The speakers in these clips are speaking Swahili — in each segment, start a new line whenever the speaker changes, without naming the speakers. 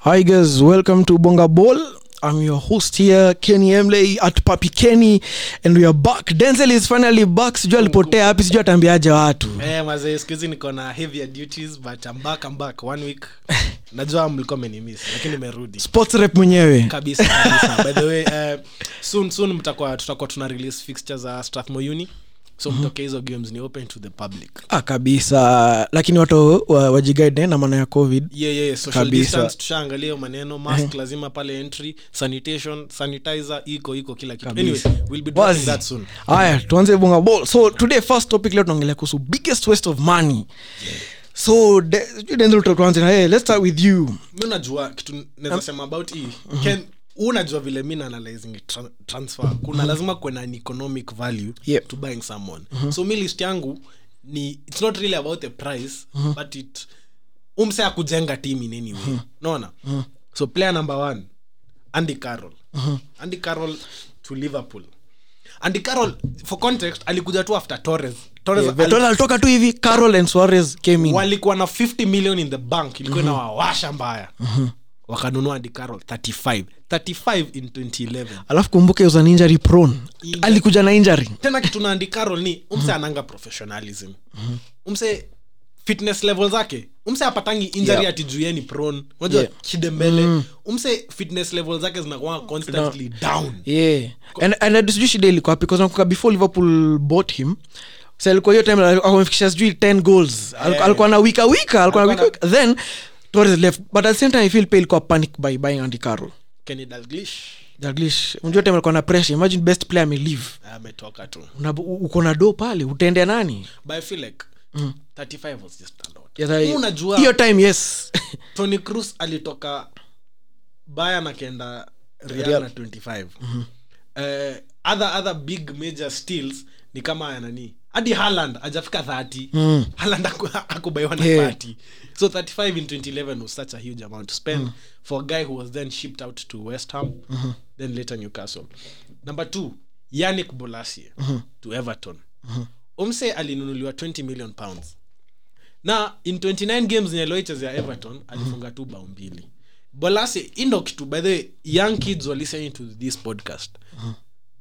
Hi guys, welcome to Bonga Ball. I'm your host here, Kenny Emley at Papi Kenny, and we are back. Denzel is finally back. Sijui alipotea hapi, sijui ataambiaje watu.
Eh, mazee siku hizi niko na heavier duties but I'm back, I'm back. One week najua mlikuwa mmenimiss lakini nimerudi
Sports rep mwenyewe.
kabisa kabisa by the way eh, soon soon mtakuwa tutakuwa tuna release fixtures za Strathmore Uni so
Mhm.
mtoke hizo games ni open to the public
Ah, kabisa. Lakini watu wa, wajiguide na maana ya COVID.
yeah, yeah, social
Kabisa. Eh.
distance tushaangalia hiyo maneno mask lazima pale entry sanitation sanitizer iko iko kila kitu anyway
Kabisa.
we'll be dropping
Wazi.
that soon
Haya, tuanze Bonga Ball. So today first topic leo tunaongelea kuhusu biggest waste of money. So de, sijui Denzel tuanze na yeye. Let's start with you.
mi unajua kitu naweza sema about hii Ken, unajua vile mi naanalyzing tran- transfer kuna lazima kuwe na an economic value
Yep.
to buying someone so mi list yangu ni its not really about the price but it umse ya kujenga team in any way naona so player number one andy carroll andy carroll to liverpool andy carroll for context alikuja tu after torres torres
Yeah,
ali-
alitoka tu hivi Carol and Suarez came in.
walikuwa na 50 million in the bank ilikuwa
Mhm.
mm-hmm. inawawasha mbaya mm-hmm. wakanunua dicarol 35 35 in 2011
alafu kumbuke was an injury prone alikuja na injury
tena kitu na dicarol ni
Mhm.
umse ananga professionalism umse fitness level zake umse apatangi injury
Yeah.
yeah. atijueni prone unajua
Yeah. Mm.
kidembele umse fitness level zake zinakuwa constantly down
yeah and, and hadi sijui shida ilikuwa wapi, 'cause nakumbuka before liverpool bought him sa alikuwa hiyo time alikuwa amefikisha sijui 10 goals Aliku-
Yeah.
alikuwa na wika wika alikuwa na wika
Alikuwa
wika then Torres left but at the same time i feel pay ilikuwa panic by buying andy carroll
kenny dalglish
Dalglish unajua time alikuwa na pressure imagine best player ameleave
ametoka tu
Una- u- uko na do pale utaendea nani
but i feel like 35 was just a lot
Mm. Yeah, that-
unajua
hiyo time yes
tony cruz alitoka bayan akaenda real
Real. Mhm.
na 25 Eh, other other big major steals ni kama haya nani hadi haland ajafika 30 mm. haland akubaiwa na
Yeah.
30 so 35 in 2011 was such a huge amount to spend
Mm.
for a guy who was then shipped out to west ham
Mm-hmm.
then later newcastle number two yanik bolasie
Mm-hmm.
to everton umse alinunuliwa 20 million pounds na in 29 games yenye loichezea everton alifunga tu bao mbili bolasi indo kitu by the way young kids were listening to this podcast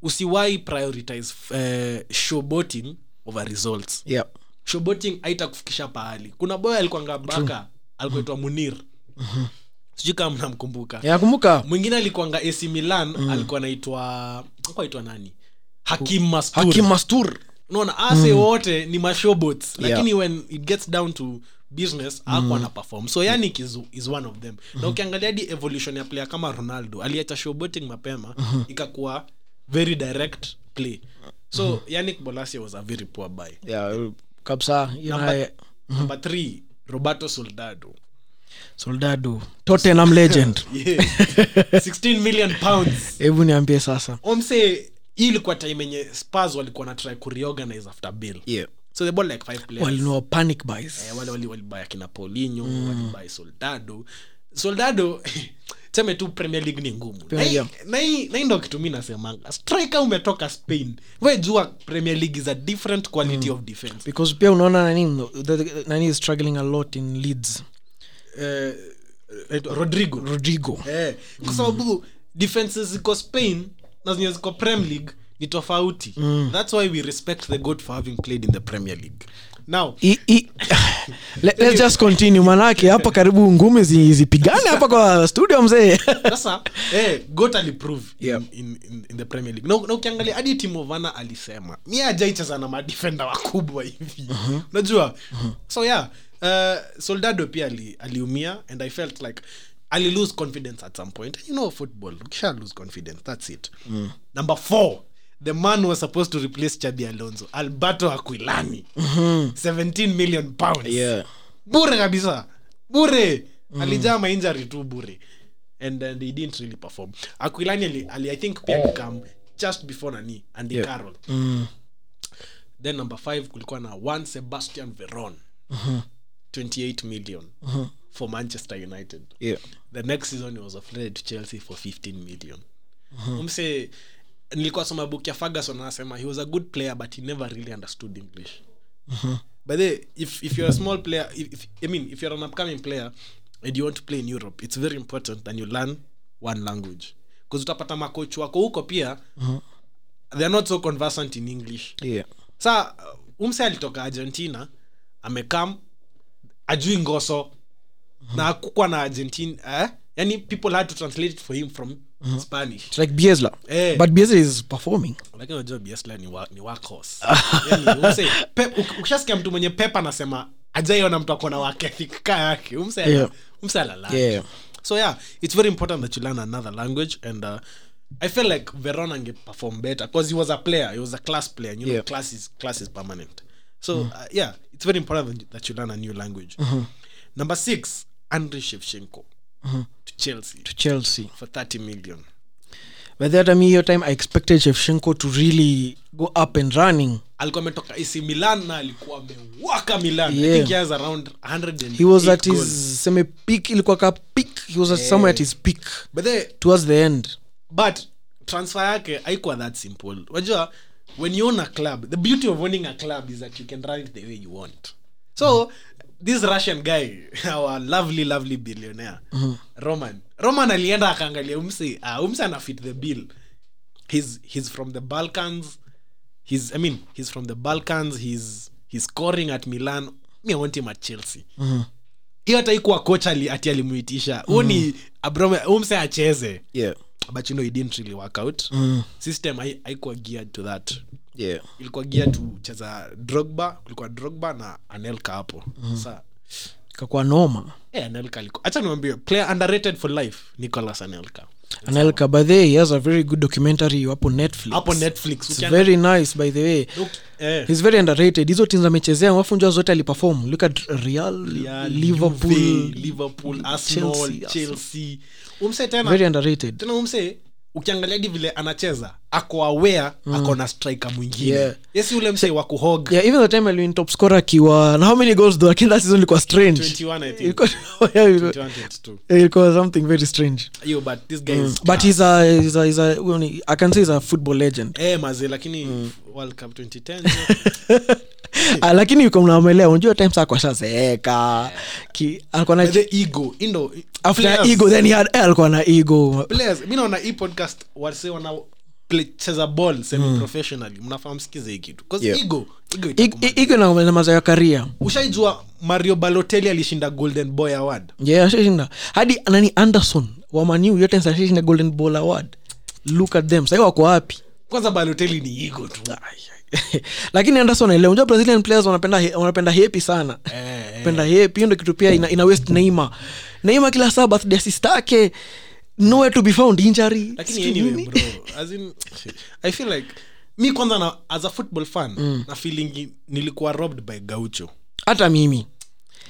usiwai prioritize uh, showboating over results
yeah
showboating haitakufikisha pahali kuna boy alikuanga baka alikuitwa munir sijui kama mnamkumbuka
nakumbuka
mwingine alikuanga ac milan alikuwa anaitwa alikuwa anaitwa nani hakim Masturi
hakim mastur
unaona ase wote ni mashobots
Yeah.
lakini when it gets down to business akwa na perform so yanik is, is one of them na ukiangalia di evolution ya player kama ronaldo aliacha showboating mapema ikakuwa very direct play so yanik bolasie was a very poor buy
yeah kabisa hiyo naye-
number three roberto soldado
soldado tottenham legend
yeah. 16 million pounds
hebu niambie sasa
omse hii ilikuwa time enye spars walikuwa na try kureorganize after bill so they bought like five players
walinua panic buys
Eh, wale wali- walibaya kina polinyo
Mm.
walibaya soldado soldado seme tu premier league ni ngumu Na hii-
Premier.
na hii- na hii ndo kitu mi nasemanga strike umetoka spain we jua premier league is a different
Mm.
quality of defense
because pia unaona nani the- the- nani is struggling a lot in leads
eh, eh, rodrigo
rodrigo
eh, kwa sababu defenses ziko spain na zenye ziko prem league ni tofauti
Mm.
thats why we respect the god for having played in the premier league now
I, I, let, let's just continue manake hapa karibu ngumi zi- zipigane hapa kwa studio mzee
sasa eh, got aliprove
Yeah.
in, in, in the premier league na, na ukiangalia hadi timovana alisema mi ajaicheza na madifenda wakubwa hivi unajua so yeah uh, soldado pia ali, aliumia and i felt like ali lose confidence at some point you know football ukisha lose confidence that's it number four the man was supposed to replace chabi alonso alberto aquilani 17 million pounds bure kabisa bure mm. alijaa mainjari tu bure and uh, they didn't really perform aquilani ali, ali i think pia become just before nani andy Oh. yeah. Mm. carol then number five kulikuwa na one sebastian veron Uh-huh. 28 million for manchester united the next season he was offloaded to chelsea for 15 million umse nilikuwa soma book ya ferguson anasema he was a good player but he never really understood english but the, if, if you're a small player if, if, i mean if you're an upcoming player and you want to play in europe it's very important and you learn one language bcause utapata makoch wako huko pia they're not so conversant in english
yeah.
sa uh, umse alitoka argentina amekam ajui ngoso na akukwa na argentina eh? yani people had to translate it for him from spanish
It's like Biesla.
Eh.
But Biesla is performing.
lakini unajua biesla ni, wa, ni workhorse. yani, umse, pe, uk- ukishasikia mtu mwenye pepa anasema ajaiona mtu akona wakethika yake umse
Yeah.
umse alala
Yeah.
so yeah it's very important that you learn another language and uh, i feel like veron ange perform better because he was a player he was a class player and you know
Yeah. Mm.
class is class is permanent so uh, yeah it's very important that you- that you learn a new language
Mm-hmm.
number six andriy shevchenko to chelsea
To Chelsea.
for 30 million
By that time, your time, I expected Shevchenko to really go up and running.
alikuwa ametoka AC Milan na alikuwa amewaka Milan I
Yeah.
think he has around 100
He was at his semi peak. Ilikuwa ka peak. He was at somewhere at his peak
but the
towards the end.
but transfer yake haikuwa that simple unajua when you own a club the beauty of owning a club is that you can run it the way you want so this russian guy our lovely lovely billionaire roman roman alienda akaangalia umsi uh, umsi anafit the bill he's, he's from the balkans he's i mean he's from the balkans he's, he's scoring at milan me i want him at chelsea hiyo hata ikuwa kocha ali, ati alimuitisha huu ni abrome umse acheze
Yeah.
but you know it didn't really work out
Mm.
system hai- haikuwa geared to that
Yeah.
ilikuwa geared to cheza drogba kulikuwa drogba na anelka hapo
Mm.
sa
Kakwa noma.
eh, anelka alikuwa acha niwambie player underrated for life nicolas anelka
Anelka, by the way, he has a very good documentary hapo Netflix.
hapo netflix
It's
ukiangalia-
very nice, by the way.
Look, eh,
He's very underrated. Hizo teams amechezea, alafu njua zote aliperform. Look at Real,
Real,
Liverpool.
Juve, liverpool arsenal
Chelsea, Arsenal.
chelsea umse tena
Very underrated.
tena umse ukiangalia hadi vile anacheza ako aware ako na striker mwingine
Mm. Yeah.
yes yule mse wa kuhoga
yeah even the time aliwin top scorer akiwa na how many goals though lakini that season ilikuwa strange
21 i think
Ilikuwa- yeah, ilikuwa-
21, 22.
ilikuwa something very strange
Yo, but this guy is
Mm. but he's a, he's a, he's a, we only- i can say he's a football legend
eh maze lakini
Mm.
world cup 2010
Ah, lakini yuko mnamelea unajua times ako ashazeeka Ki- alikuwa na
But the ego indo
after
players-
ego then he had eh, alikuwa na ego
players mi naona hii podcast wase wana play- cheza ball semi professionally mnafaa msikize hii kitu 'Cause
Mm. Yeah.
ego ego
I-
itakuuma.
i- ego na na mazao ya karia
ushaijua mario balotelli alishinda golden boy award
yeah ashashinda hadi nani anderson wa maniu yo times ashashinda golden ball award look at them sahii wako wapi
kwanza balotelli ni ego tu
lakini anderson elewa unajua brazilian players wanapenda he- wanapenda hepi sana
Eh, eh.
penda hepi hiyo ndo kitu pia ina, ina west neima neima kila saa birthday assist yake nowhere to be found injury
lakini
Sijui
anyway
nini.
bro as in, i feel like mi kwanza na, as a football fan
Mm.
na feeling nilikuwa robbed by gaucho
hata mimi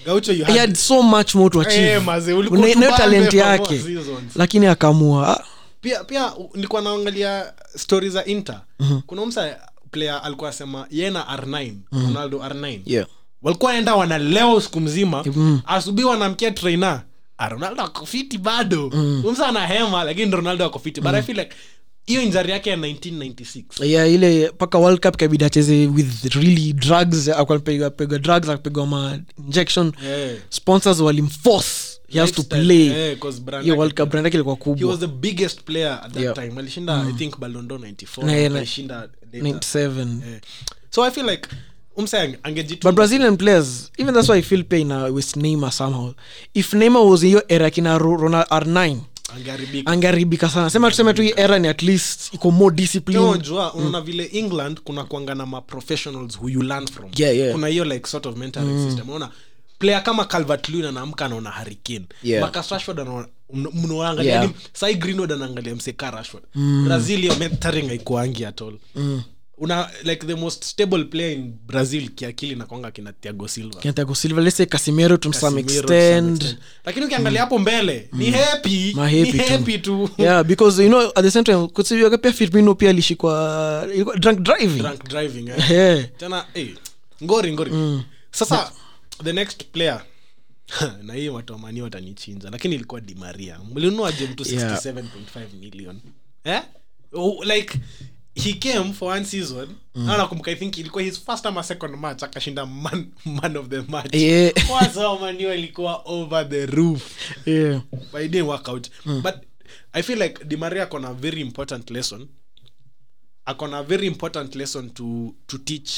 gaucho you
he
had
had so much more to
Eh, maze, ulikuwa
achieve
tubambe
talent
for more
yake
seasons.
lakini akamua ah,
pia pia u- nilikuwa naangalia stori za inter
Mhm.
mm-hmm. kuna msa player alikuwa asema ye na r9
Mhm.
mm-hmm. ronaldo r9 walikuwa enda wanalewa siku mzima
Mhm.
mm-hmm. asubuhi wanamkia traina ronaldo akofiti bado
Mhm.
mm-hmm. umsa anahema lakini ronaldo akofiti mm-hmm. but i feel like hiyo injari yake ya 1996
yeah, ile mpaka world cup kabidi acheze with really drugs akapigwa pigwa drugs akapigwa ma injection
Eh.
sponsors walimforce he has to
Lifestyle,
play
eh, 'cause brand
hiyo
yake-
world cup brand yake ilikuwa
he
kubwa
was the biggest player at that
Yeah.
time alishinda i think balondo 94
Mhm. Na yeye na-
alishinda later.
97
Eh. so i feel like umsa
but
angejituma
brazilian players even that's why i feel pain uh, with neymar somehow if neymar was in your era kina Ro- Ronald r9
angeharibika
angeharibika sana sema tuseme tu hii era ni at least iko more discipline
jua unaona vile england kuna kuanga na maprofessionals who you learn from
Yeah, yeah. Mm.
kuna hiyo like sort of mentoring system unaona player kama calvert lewin anaamka anaona hurricane
Yeah.
marcus rashford anaona mna- mnaangalia
Yeah. Mm.
hadi Yaani, sai greenwood anaangalia mseka rashford brazil hiyo mentoring haikuangi at all una like the most stable player in brazil kiakili nakwanga kina tiago silva
kinatago silva lese casimero to some
Casemiro to some
extent Mm.
extent. lakini ukiangalia hapo mbele ni happy
Mahappy
ni
tu.
happy tu
yeah because you know at the same time kusijuaga pia firmino pia alishikwa ilikuwa drunk driving
drunk driving eh.
yeah.
tena eh, ngori ngori sasa the next player na hii watomani watanichinja lakini ilikuwa dimaria mlinua je mtu
Yeah.
67.5 million eh? Oh, like he came for one season mm. nakumbuka i think ilikuwa his first ama second match akashinda man, man of the match
Yeah.
Kwa sababu manu alikuwa over the roof
yeah.
but it didn't work out but i feel like di maria akona very important lesson akona very important lesson to, to teach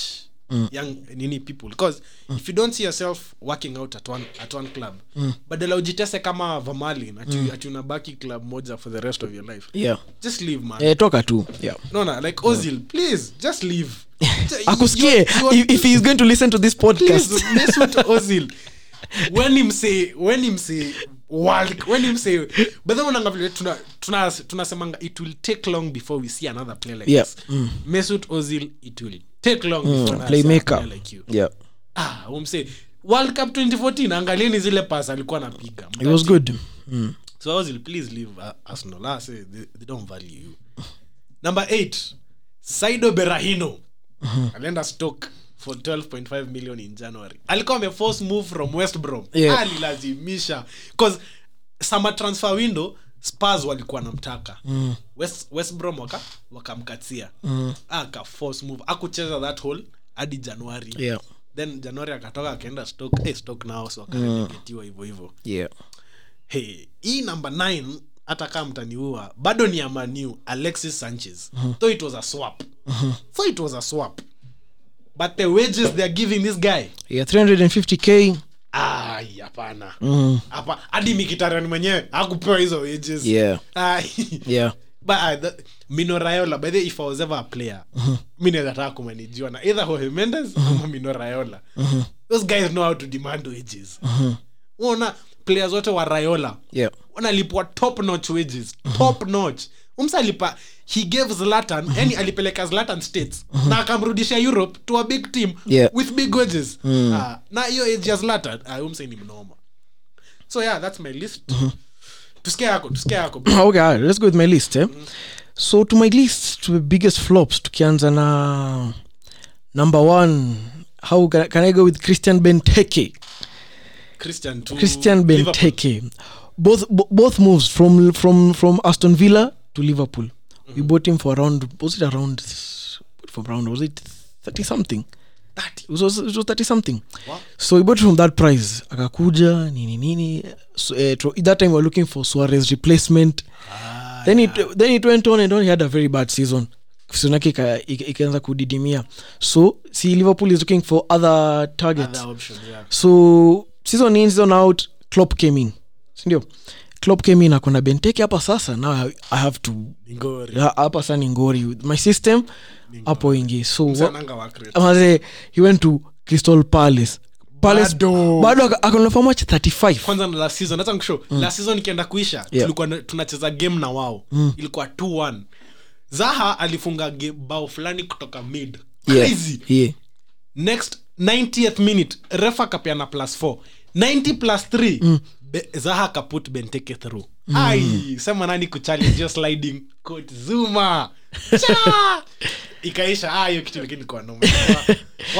young nini people because if you don't see yourself working out at one, at one club badala ujitese kama vamali ati, ati unabaki club moja for the rest of your life
Yeah.
just leave man
Eh, toka tu yeah.
naona like ozil please just leave Ju-
akusikie
you- you-
if, if he's going to listen to this podcast
please mess with ozil when him say when him say world when him say but then unanga vile tuna tuna tunasemanga it will take long before we see another player like
Yeah. Mm,
this mesut ozil it will take long before another
playmaker
player like you
yeah
ah umse world cup 2014 angalieni zile pass alikuwa anapiga
it was good Mm.
so ozil please leave uh, arsenal ah, say they, they don't value you number 8 saido berahino alienda stock for 12.5 million in january alikuwa ameforce move from west brom
Yeah.
alilazimisha bcause summer transfer window spurs walikuwa namtaka mm. west, west brom waka wakamkatia mm. aka force move akucheza that hole hadi januari
yeah
then januari akatoka akaenda stock hey, stock nao so akaregetiwa hivyo hivyo
yeah
Hey, hii namba 9 hata kaa mtaniua bado ni ya maniu alexis sanchez though it was a swap so it was a swap but the wages they are giving this guy
yeah 350k
ai hapana hapa hadi mikitarian mwenyewe akupewa hizo wages
Yeah.
Ai.
yeah
But, ah, that- Mino Raiola, by the way, if I was ever a player mi naweza taka kumanajiwa na either Jorge Mendes ama Mino Raiola. those guys know how to demand wages unaona players wote wa rayola
yeah
wanalipwa top notch wages top
Mhm.
notch umsa alipa he gave zlatan yani alipeleka zlatan states na akamrudisha europe to a big team
Mhm. Yeah. Mm.
with big wages Ah, na hiyo age ya zlatan ah, umsa ni mnoma so yeah that's my list
Mhm.
tusikia yako tusikia yako
okay all right, let's go with my list eh? so to my list to the biggest flops tukianza na number one how can, can i go with christian benteke
christian to
christian
Mm, Liverpool.
benteke both bo- both moves from from from aston villa to liverpool
Mm-hmm.
we bought him for around was it around from around was it 30 something
That-
it was, it was 30 something
Wow.
so we bought from that price akakuja nini nini so, eh, tro- that time we were looking for suarez replacement
Ah,
then it then it went on and on he had a very bad season season yake ika- ika- ikaanza kudidimia so see liverpool is looking for other targets
other options, yeah.
so season in season out clop came in sindio clop came in akona benteke hapa sasa now I, i have to
Ngori.
ha- hapa sa ni ngori with my system hapo ingi so wa-
Sananga wa Crete.
maze he went to crystal palace palace
Bado.
bado aka- akaona for much 35
kwanza na last season hata nkusho last season ikienda kuisha
Mm. Yeah. Mm.
tulikuwa na- tunacheza game na wao ilikuwa 2-1 zaha alifunga ge- bao fulani kutoka mid
yeah.
crazy
yeah.
next 90th minute refa kapeana plus 4 90 plus 3
Mm.
Be, zaha kaput benteke through ai sema nani kuchallenge hiyo sliding court zuma Cha! ikaisha ah, hiyo kitu lakini kwa noma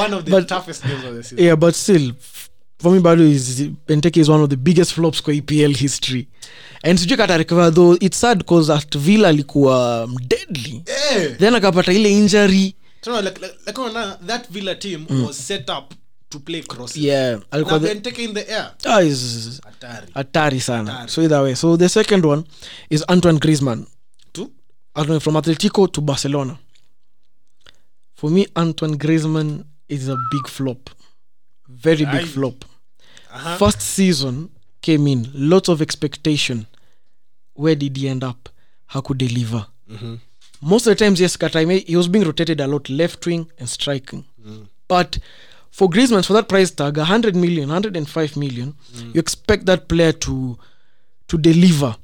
one of the
But-
toughest games of the season
yeah but still f- for me bado is benteke is one of the biggest flops kwa epl history and sijui kata recover though it's sad cause at villa alikuwa um, deadly
Eh!
then akapata ile injury
So, no, like, like, like, oh, no, that Villa team was set up to play crosses.
Mm. yeah
Now
alikuwa the,
they're taking the air.
ah, is
Atari.
hatari sana
Hatari.
so either way so the second one is antoine griezmann
Two?
Antoine- from atletico to barcelona for me antoine griezmann is a big flop very big
Aye.
flop
Uh-huh.
first season came in lots of expectation where did he end up hakudeliver most of the times yes Katame, he was being rotated a lot left wing and striking but for Griezmann for that price tag 100 million 105 million you expect that player to to deliver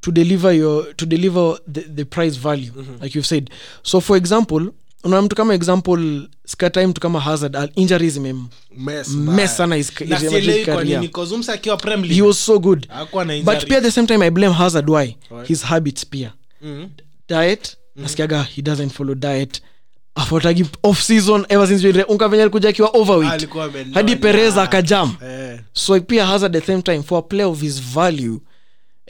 to deliver your to deliver the, the price value
Mhm.
like you've said so for example unaona mtu kama example skatae mtu kama hazard ah, al- injury zimem
Mess,
mess
man.
sana his,
Na
his
sielewi kwa
career
nini, 'cause Umsa akiwa Prem League,
he was so good
hakuwa na
but
injury.
pia at the same time i blame hazard why
Why?
his habits pia
Mhm.
diet
Mm-hmm.
nasikiaga he doesn't follow diet afuatagi off season ever since we- unka venye alikuja akiwa overweight
Ah, Alikuwa amenona.
hadi perez akajam
Eh.
so pia hazard at the same time for a player of his value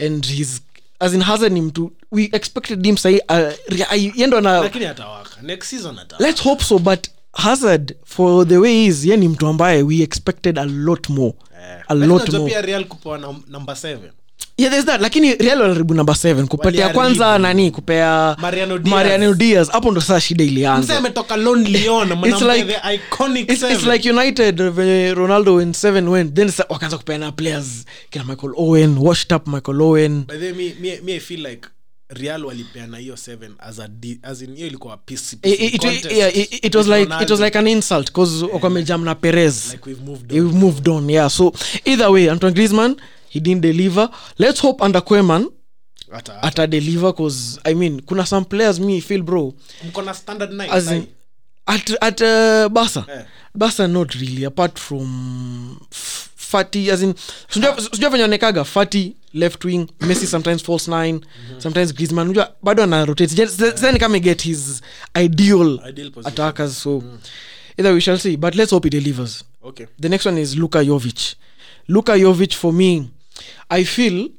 and his as in hazard ni mtu we expected him sahi uh, ria- ai- yeye ndo ana
lakini atawaka next season atawaka
let's hope so but hazard for the way he is ye ni mtu ambaye we expected a lot more
Eh.
a
Lakini
lot
unajua
more
pia real kupewa nam- number seven
yeah, there's that lakini real waliharibu number 7 kupatia
Waliharibu.
kwanza nani kupea
Mariano Diaz.
mariano diaz hapo ndo saa shida
mzee
ilianza
ametoka Lon Leon, mnampea
like-
the iconic
It's, it's
seven.
like united venye ronaldo when 7 went then sa- wakaanza kupeana players kina michael owen washed up michael owen
By the way, mi- mi- mi I feel like real walipeana hiyo seven as a di- as in hiyo ilikuwa PC
I- I- it,
contest
yeah, i- it, was
with
like, it was
Ronaldo.
like an insult because wakamejam na perez
Like we've moved on.
We've moved on, yeah. So either way, Antoine Griezmann, he didn't deliver. Let's hope under Koeman
Ata- ata-
ata deliver cause I mean, kuna some players me feel bro
mko na standard nine,
as in
sahi?
at at uh, Barca.
Eh.
Barca not really apart from F- Fati as in sijua
Ah.
sijua venye anekaga Fati left wing, Messi sometimes false nine,
Mhm.
sometimes Griezmann. Unajua bado ana rotate. Just- Sidhani kama he get his ideal
Ideal position. Mm.
attackers so either we shall see but let's hope he delivers.
Okay.
the next one is luka jovic luka jovic for me i feel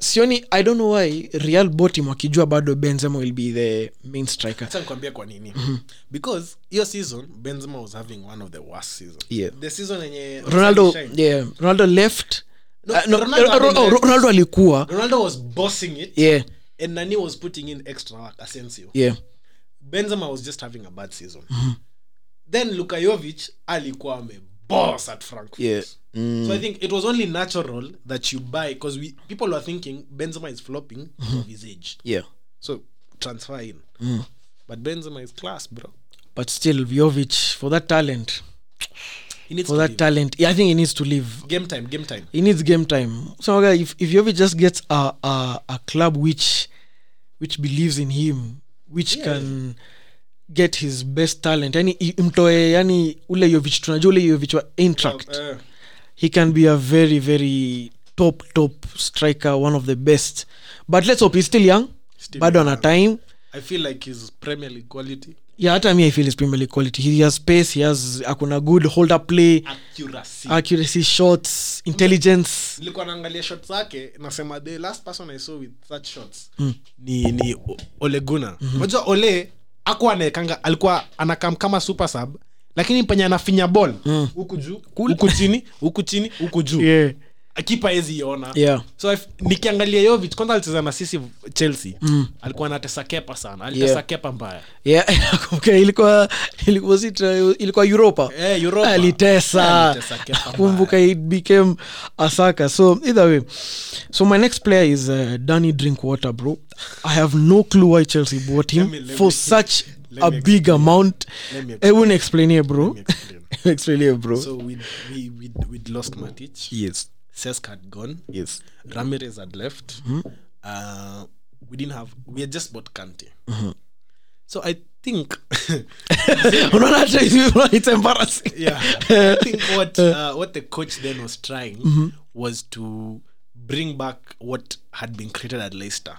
sioni i don't know why real botim wakijua bado benzema will be the main striker
Acha nikwambie kwa nini
Mhm.
because hiyo season benzema was having one of the worst season
Yeah.
the season yenye
ronaldo
Shine.
yeah, ronaldo left
No,
Ah, no,
Ronaldo
Ro- Ro-
alikuwa-
oh, Ro- ronaldo alikuwa
ronaldo was bossing it
yeah
and nani was putting in extra work asensio
yeah Mhm.
benzema was just having a bad season then lukayovic alikuwa ameboss at frankfurt
Yeah. mm,
so i think it was only natural that you buy because we people were thinking benzema is flopping
Mhm.
of his age
yeah
so transfer in
Mm.
but benzema is class bro
but still jovic for that talent
he needs
for
to
that
leave.
talent yeah, i think he needs to leave
game time game time
he needs game time. So okay, if if Jovic just gets a, a a club which which believes in him, which
Yeah.
can get his best talent, yani i- imtoe yani ule Jovic tunajua ule Jovic wa Eintracht,
Uh,
he can be a very very top top striker, one of the best. But let's hope he's still young.
Still
bado ana time
i feel like his premier league quality
yeah hata mi i feel his premier league quality he has space he has akuna good hold up play
accuracy
accuracy shots intelligence
nilikuwa naangalia shot zake nasema the last person i saw with such shots
Hmm.
ni ni O- ole guna
Mhm.
unajua ole akuwa anaekanga alikuwa anakam kama super sub lakini penye anafinya ball huku juu huku chini huku chini huku juu
Hmm. yeah
akipa hezi iona
yeah
so if, nikiangalia yovich kwanza alicheza na sisi chelsea alikuwa anatesa kepa sana alitesa
Hmm. Yeah.
kepa mbaya
Yeah, nakumbuka ilikuwa ilikuwa si tra- ilikuwa europa
Eh, Europa.
alitesa
Alitesa Kepa
kumbuka it became asaka so either way so my next player is uh, danny drinkwater bro i have no clue why chelsea bought him
Let me- let
for
me-
such
let
a
me
big amount
Let me
I wouldn't explain here bro
me explain.
explain here bro
so we'd, we, we'd, we'd lost matich
yes
sesk had gone
yes
Ramirez had left.
Mm-hmm.
Uh, we didn't have. We had just bought Kante.
Mm-hmm.
So I think,
unaona hata hizi- it's embarrassing
yeah, I think what uh, what the coach then was trying
Mm-hmm.
was to bring back what had been created at Leicester.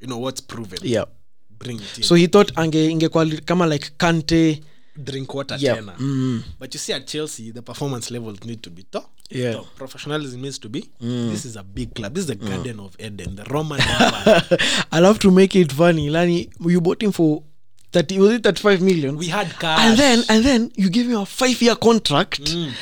You know what's proven.
Mm-hmm. yeah
Bring it in.
so he thought ange ingekuwa li- kama like kante
drink water
Yeah. Mm.
tena. But you see at Chelsea, the performance levels need to be top.
Yeah. Mm.
top. Professionalism needs to be. This is a big club. This is the Garden of Eden, the Roman Empire.
I love to make it funny. Lani, you bought him for thirty was it thirty five million?
we had cash.
and then uh, and then you gave him a five year contract.
Mm.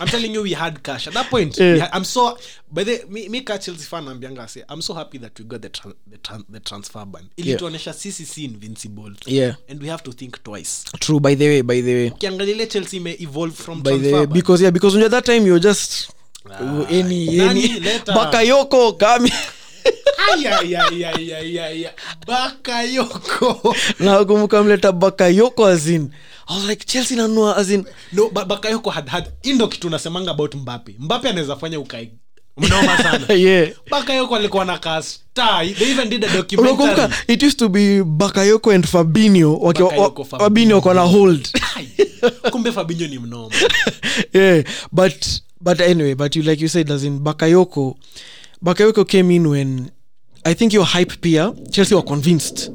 I'm telling you, we had cash at that point.
Yeah.
we Had, I'm so, but the, me, me ka Chelsea fan ambianga say, I'm so happy that we got the tran, the, tran, the transfer ban. Ilituonesha sisi si invincible,
yeah.
and we have to think twice.
True, by the way, by the way.
Ukiangalia ile Chelsea ime evolve from
By the
Mm, transfer
way.
ban.
Because yeah, because at that time you were just
Ah,
any
Nani,
any
later.
Bakayoko Kami.
Ay, ay, ay, ay, ay, ay, ay. Bakayoko.
now kumkamleta Bakayoko as in I was like Chelsea nanua as in
No, ba- Bakayoko had had. Indo kitu unasemanga about Mbappe. Mbappe anaweza fanya ukai mnoma sana.
yeah.
Bakayoko alikuwa na star. They even did a documentary.
unakumbuka it used to be bakayoko and fabinio
Bakayoko, Fabinho.
fabinio wako na hold
Ai, kumbe fabinyo ni mnoma
yeah, but but anyway, but you like you said, as in Bakayoko, Bakayoko came in when I think your hype peer Chelsea were convinced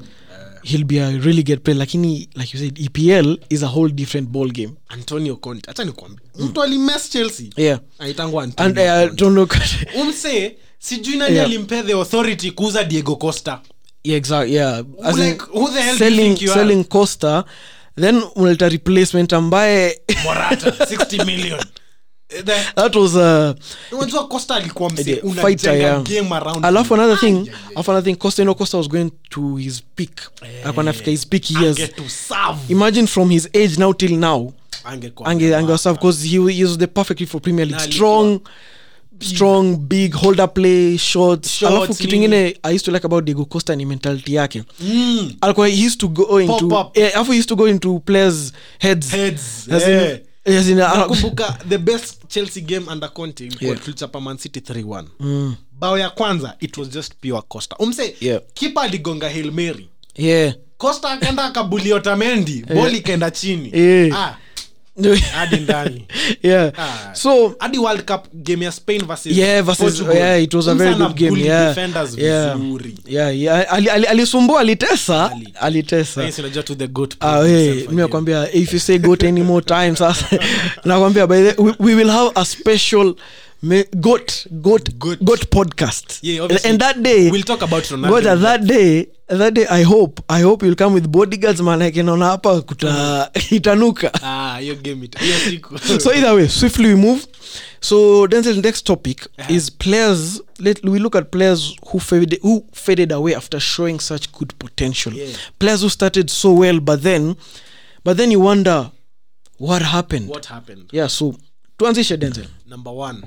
he'll be a really good player. Like he, like you said, EPL is a whole different ball game.
antonio conte hacha nikwambia mtu alimes chelsea
Mm. Yeah,
aitangwa Antonio
and I
Conte.
don't know.
umse sijui nani
Yeah.
alimpea the authority kuuza diego costa
yeah, exact, yeah. As in,
Like, who the hell do you
selling,
think you are?
selling costa then unaleta replacement ambaye
morata 60 million Eh, the-
that was a
unajua costa alikuwa mse
the fighter
unajenga
yeah.
game around
alafu
him.
another thing alafu another thing costa you know costa was going to his peak alikuwa anafika his peak years
Eh. Ange to serve.
imagine from his age now till now
Angekuwa
ange ange serve because he, wa- he was the perfectly for premier league
Na
strong strong big holder play shots
Shots,
alafu kitu
nini.
ingine i used to like about diego costa ni mentality yake
Mm,
alikuwa he used to go into
up.
yeah, alafu he used to go into players heads
heads,
As in-
eh.
as in, uh, ala-
nakumbuka the best chelsea game under conte
Yeah. Mm.
yeah. tulichapa man city 3-1 bao ya kwanza it was just pure costa umse
Yeah.
kipa aligonga hail mary
yeah
costa akaenda akabulia otamendi boli ikaenda chini
Yeah.
ah, hadi ndani
yeah
Ah.
so
hadi world cup game ya spain versus
yeah versus oh,
Portugal.
yeah it was a
Umse
very good
anabully
game yeah
defenders
yeah
vizuri
yeah yeah ali ali- alisumbua alitesa alitesa
Yes, unajua tu the goat
Ah,
played
hey,
himself
mi
again.
nakwambia if you say goat any more time sasa nakwambia by the, we, we will have a special me, goat goat
Goat.
goat podcast
Yeah,
and,
obviously.
and that day
We'll talk about Ronaldo.
Ngoja, that day that day i hope i hope you'll come with bodyguards manake naona hapa kuta itanuka
Ah, hiyo game ita- hiyo siku
so either way swiftly we move so denzel's next topic
Uh-huh.
is players let we look at players who faded who faded away after showing such good potential
Yeah.
players who started so well but then but then you wonder what happened
what happened
yeah so tuanzishe denzel
number one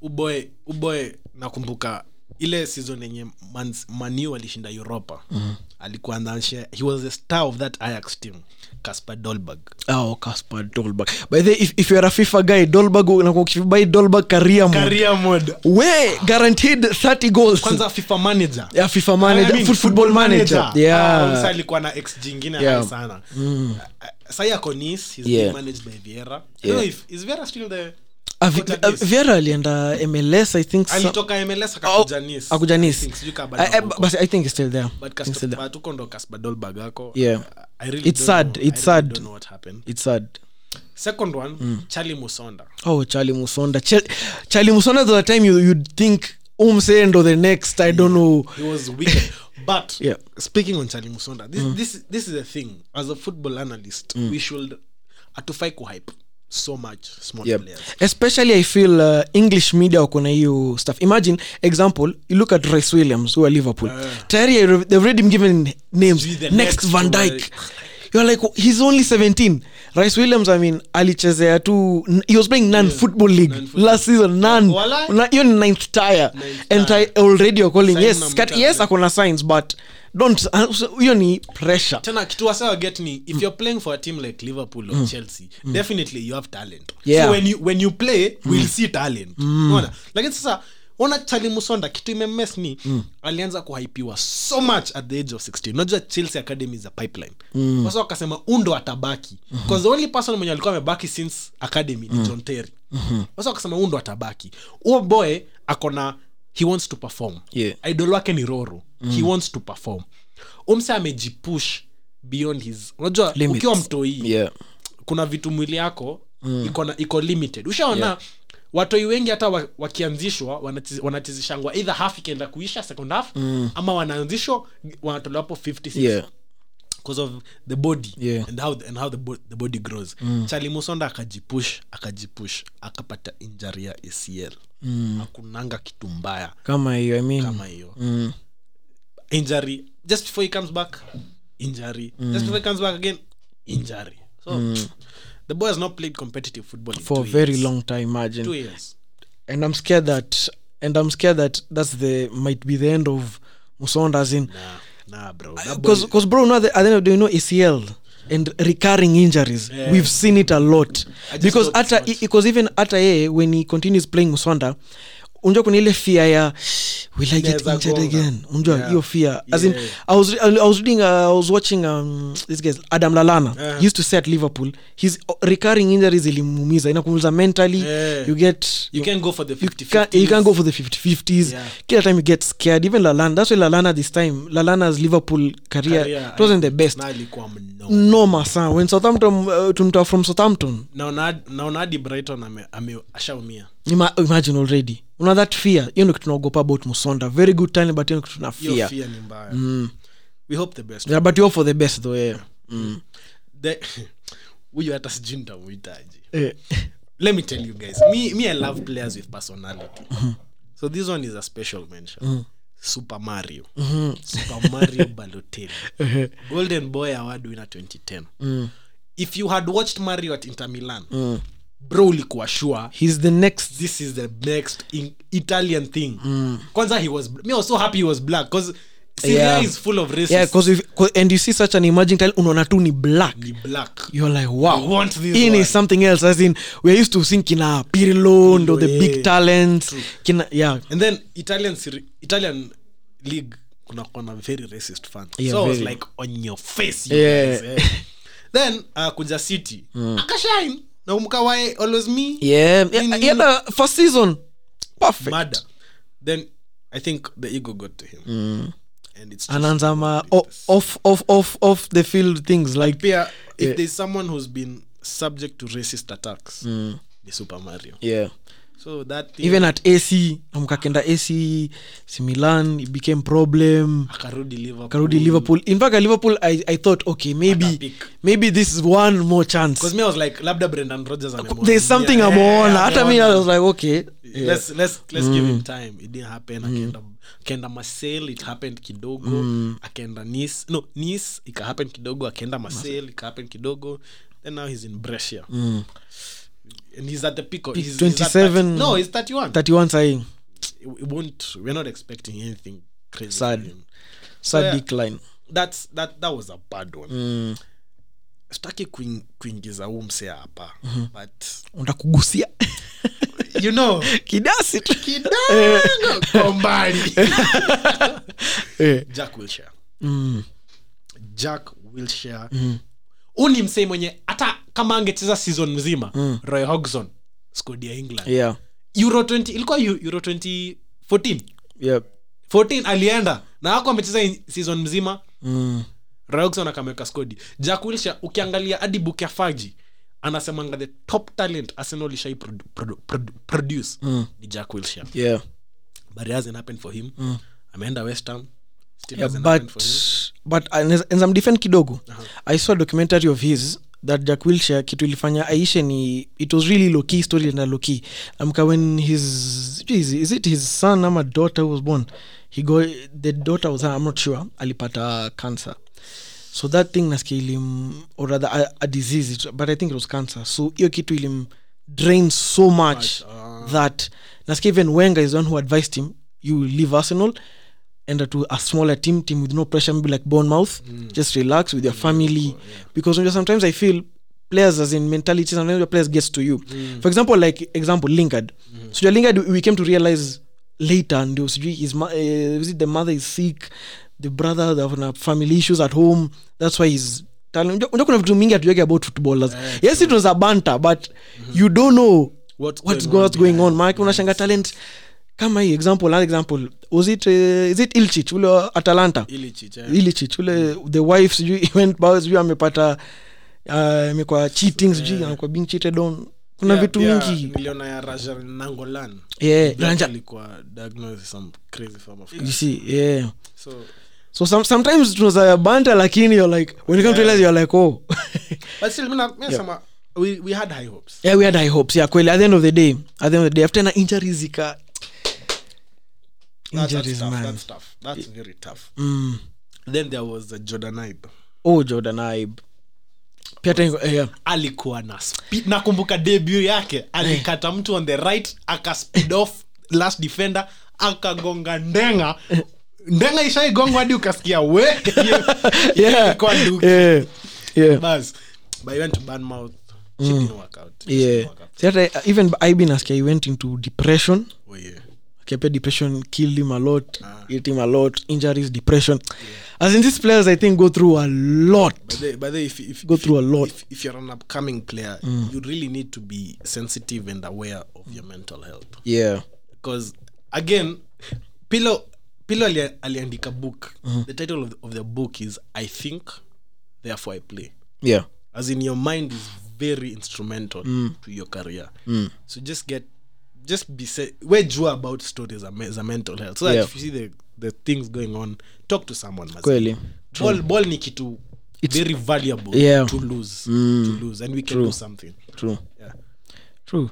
uboe uboe nakumbuka ile season yenye Mans- manu alishinda europa mm-hmm. alikuwa anaanzia- he was the star of that ajax team casper dolberg
oh casper dolberg by the way, if, if you're a fifa guy dolberg unakuwa ukibuy dolberg career mode.
career mode
we guaranteed 30 goals
kwanza fifa manager
yeah, fifa manager
I mean,
foot- football manager
Ah,
yeah
Musa alikuwa na ex jingine
Yeah. Mm.
high sana sai akonis he's
Yeah.
being managed by viera yeah. no, if, is viera still the
Ah, Vi-
What
ah,
at least?
Vieira alienda mls i think so-
alitoka mls akakuja Nice.
akuja
I
Oh, Nice. Eh,
think, sijui kama
I- I-
bado
bu-
huko.
but i think it's still there
But
It's still
Casper-
there.
but huko ndo Casper Dolberg ako.
Yeah.
Uh, I really
It's
don't
sad.
know.
It's
I
sad.
really
Mm.
don't know what happened.
it's sad
second one charlie musonda
oh charlie musonda Ch- charlie musonda the time you, you'd think umsendo the next i don't know
he was wicked but
Yeah. Mm.
speaking on charlie musonda this, this, this is a thing as a football analyst we should uh, atufai kuhype so much small players
especially i feel uh, english media wako na hiyo stuff imagine example you look at rice williams who are liverpool tayari they've already been given names
Sijui Ah. the
next,
next
van
one,
dyke
like-
you're like he's only 17 rice williams i mean alichezea tu he was playing non football league last season nan
Wala?
na- hiyo ni ninth tire
Ninth
and
tire.
I already you're calling
Sign
yes
na
kat,
mtani.
yes akona signs but don't uh, hiyo ni pressure
tena kitu wasawa get ni if you're playing for a team like liverpool or chelsea definitely you have talent
Yeah.
so when you, when you play we'll see talent unaona lakini sasa ona chali musonda kitu imemes ni alianza kuhaipiwa so much at the age of 16 unajua chelsea academy is a pipeline mm. Mm-hmm. wasa wakasema undo atabaki because the only person mwenye alikuwa amebaki since academy ni john terry wasa wakasema undo atabaki huo boy akona he wants to perform
Yeah.
idol wake ni roro he wants to perform umse amejipush beyond his unajua
Limits.
ukiwa mtoii kuna vitu mwili yako mm. iko, na, iko limited ushaona yeah. watoi wengi hata wa, wakianzishwa wanachiz- wanachezeshangwa either half ikienda kuisha second half mm. ama wanaanzishwa wanatolewa hapo 56 because of the body
Yeah.
and how, the- and how the, bo the body grows mm. chali musonda akajipush akajipush akapata injari ya acl mm. akunanga kitu mbaya
kama hiyo i mean
kama hiyo
Mm.
injury just before he comes back injury
Mm.
just before he comes back again injury so the boy has not played competitive football in
for a
two
very
years.
long time imagine
two years
and I'm scared that and I'm scared that that's the might be the end of Musonda as in
nah, nah bro that boy,
because because bro now the, at the end of the day, you know ACL and recurring injuries
Yeah.
we've seen it a lot
I just
because
hope it's
ata
not-
because even ata yeye when he continues playing Musonda unja kuna ile fear ya will I get
Naeza
injured
gonga.
again unjua
Yeah.
hiyo fear as in
Yeah.
I was re- I was reading uh, I was watching um, this guy Adam Lallana
Yeah.
he used to say at Liverpool his uh, recurring injuries ilimuumiza inakuumiza mentally
Yeah.
you get
you can go for the
you
50
can, you can go for the 50-50s
Yeah.
kila time you get scared even lalana that's why lalana this time lalana's liverpool career,
Career,
it wasn't the best Mm.
na alikuwa mnono
noma sana when southampton uh, tumtoa from southampton
naona naona hadi brighton ame, ame ashaumia
Ima, imagine already una that fear hiyo ndo kitu naogopa about musonda very good time but hiyo ndo kitu tuna
hiyo
fear Mm.
fear ni mbaya we hope the best
Yeah, but you hope for the best though yeah. mm.
The- huyu hata sijui nitamuhitaji
eh.
let me tell you guys me, me i love players with personality so this one is a special mention super mario super mario balotelli eh. golden boy award winner 2010 if you had watched mario at inter milan bro ulikuwa sure
he's the next
this is the next in- italian thing kwanza he was me I was so happy he was black because syria
Yeah.
is full of races
yeah, cause if, cause, and you see such an emerging talent unaona tu ni black
ni black
you're like wow
I want this
in
one.
is something else as in we're used to seeing kina pirlo ndo the
Pirlo,
big
yeah.
talents kina yeah
and then italian Serie- italian league kuna kuna very racist fans
Yeah,
so i was
very.
like on your face you
Yeah. Mm.
guys, eh. then uh, kuja city akashine na umkawae always me
yeah,
Nini-
yeah, yeah the first season perfect
mada then i think the ego got to him and it's just-
Mm. anaanza ma o- off, off, off, off the field things like
pia if
Yeah.
there's someone who's been subject to racist attacks ni super mario
Mm. yeah
so that thing,
even at ac amkakenda ac si milan it became problem
akarudi liverpool
karudi liverpool in fact at liverpool i, I thought okay maybe
Atapick.
maybe this is one more chance
because me i was like labda brendan rogers amemuona.
there's something
Yeah,
ameona hata mi i
ameona.
was like okay yeah. Mm.
let's let's let's give him time it didn't happen akaenda akaenda Marseille it happened kidogo
Mm.
akaenda Nice no Nice ika happen kidogo akaenda Marseille ika happen kidogo then now he's in Brescia
Mm.
and he's at the peak of, he's, he's at
27.
30 no he's 31
31 saying
we won't we're not expecting anything crazy
Sad.
from him.
sad
yeah.
decline
that's that that was a bad
Mm.
one sitaki kuing, kuingiza huu msee hapa
Mm-hmm.
but
unda kugusia
you know
kidasi tu
kidogo kwa mbali
eh.
jack wilshire
Mm,
jack wilshire huu Mm. ni msee mwenye hata kama angecheza season mzima roy hogson skodi ya england
Mm. yeah
euro 20 ilikuwa Eu- euro 2014
yeah
14 alienda na ako amecheza in- season mzima
mm.
roy hogson akameweka skodi jack wilshire ukiangalia hadi bukefaji anasemanga the top talent arsenal ishai produ- produ- produ- produce
Mm.
ni jack wilshire
yeah
but it hasn't happened for him ameenda west ham still
Mm. yeah,
hasn't
but
happened for him
but uh, enzam defend kidogo i saw a documentary of his that jack wilshire kitu ilifanya aishe ni it was really low key story na low key amka when his is, is it his son ama daughter who was born he go the daughter was i'm not sure alipata cancer so that thing nasikia ilim or rather a, a disease it, but i think it was cancer so hiyo kitu ilim drain so much that nasikia even wenga is the one who advised him you leave arsenal enda to a smaller team team with no pressure maybe like bournemouth just relax with your family because unajua sometimes i feel players as in mentality sometimes your players gets to you
Mm.
for example like example lingard so your lingard we came to realize later ndio sijui his ma- eh, is it the mother is sick the brother they have uh, family issues at home that's why he's talent. Unajua- unajua kuna vitu mingi hatuweke about footballers
Eh,
yes it was a banter but you don't know
Mm-hmm. What's
what's, go,
going on
what's going on maanake unashanga talent kama hii example another example was it eh, is it ilchich ule wa atalanta
Ili chicha.
ilchich ule the wife sijui went bao sijui amepata uh, imekuwa cheating sijui amekuwa being cheated on kuna
Pia-
vitu
pia
mingi
niliona ya Raja Nangolan.
yeah
Black
Ranja-
alikuwa diagnosed with some crazy form of
you
cancer.
see yeah
So,
so some, sometimes tunazaya banta lakini you're like when you come to realize you're like oh
but still, mina- mina sema, we- we had high hopes.
yeah we had high hopes yeah kweli at the end of the day at the end of the day after na injuries zika
That-
Injuries,
that's tough,
man. Mm.
that's tough. That's very tough. Then there was the Jordan Ibe.
oh jordan aib pia tengo yeah
alikuwa na speed nakumbuka debut yake alikata mtu on the right aka speed off last defender akagonga ndenga ndenga ishaigongwa hadi ukasikia we
yeah
Ilikuwa nduki.
yeah yeah
Bas. But I went to Bournemouth. She didn't work out. She
Mm. yeah
didn't work out.
See, hata, uh, even aib nasikia he went into depression
Oh, yeah.
kepe depression killed him a lot
Ah.
hit him a lot injuries depression as in these players i think go through a lot
But they- but they- if- if-
go
if-
through a lot Mm.
if- if you're an upcoming player, you really need to be sensitive and aware of your mental health.
yeah
Because again, Pilo Pilo ali- aliandika book.
Mm.
The title of the, of the book is I Think, Therefore I Play.
yeah
Mm.
As in your mind is very instrumental to your career. So just get just be sa- we jua about stories za, me- za mental health so that
Yeah.
if you see the, the things going on talk to someone mazee.
kweli
ball, ball ni kitu very valuable
Yeah. Mm.
to lose to lose and we can do something
true
Yeah.
true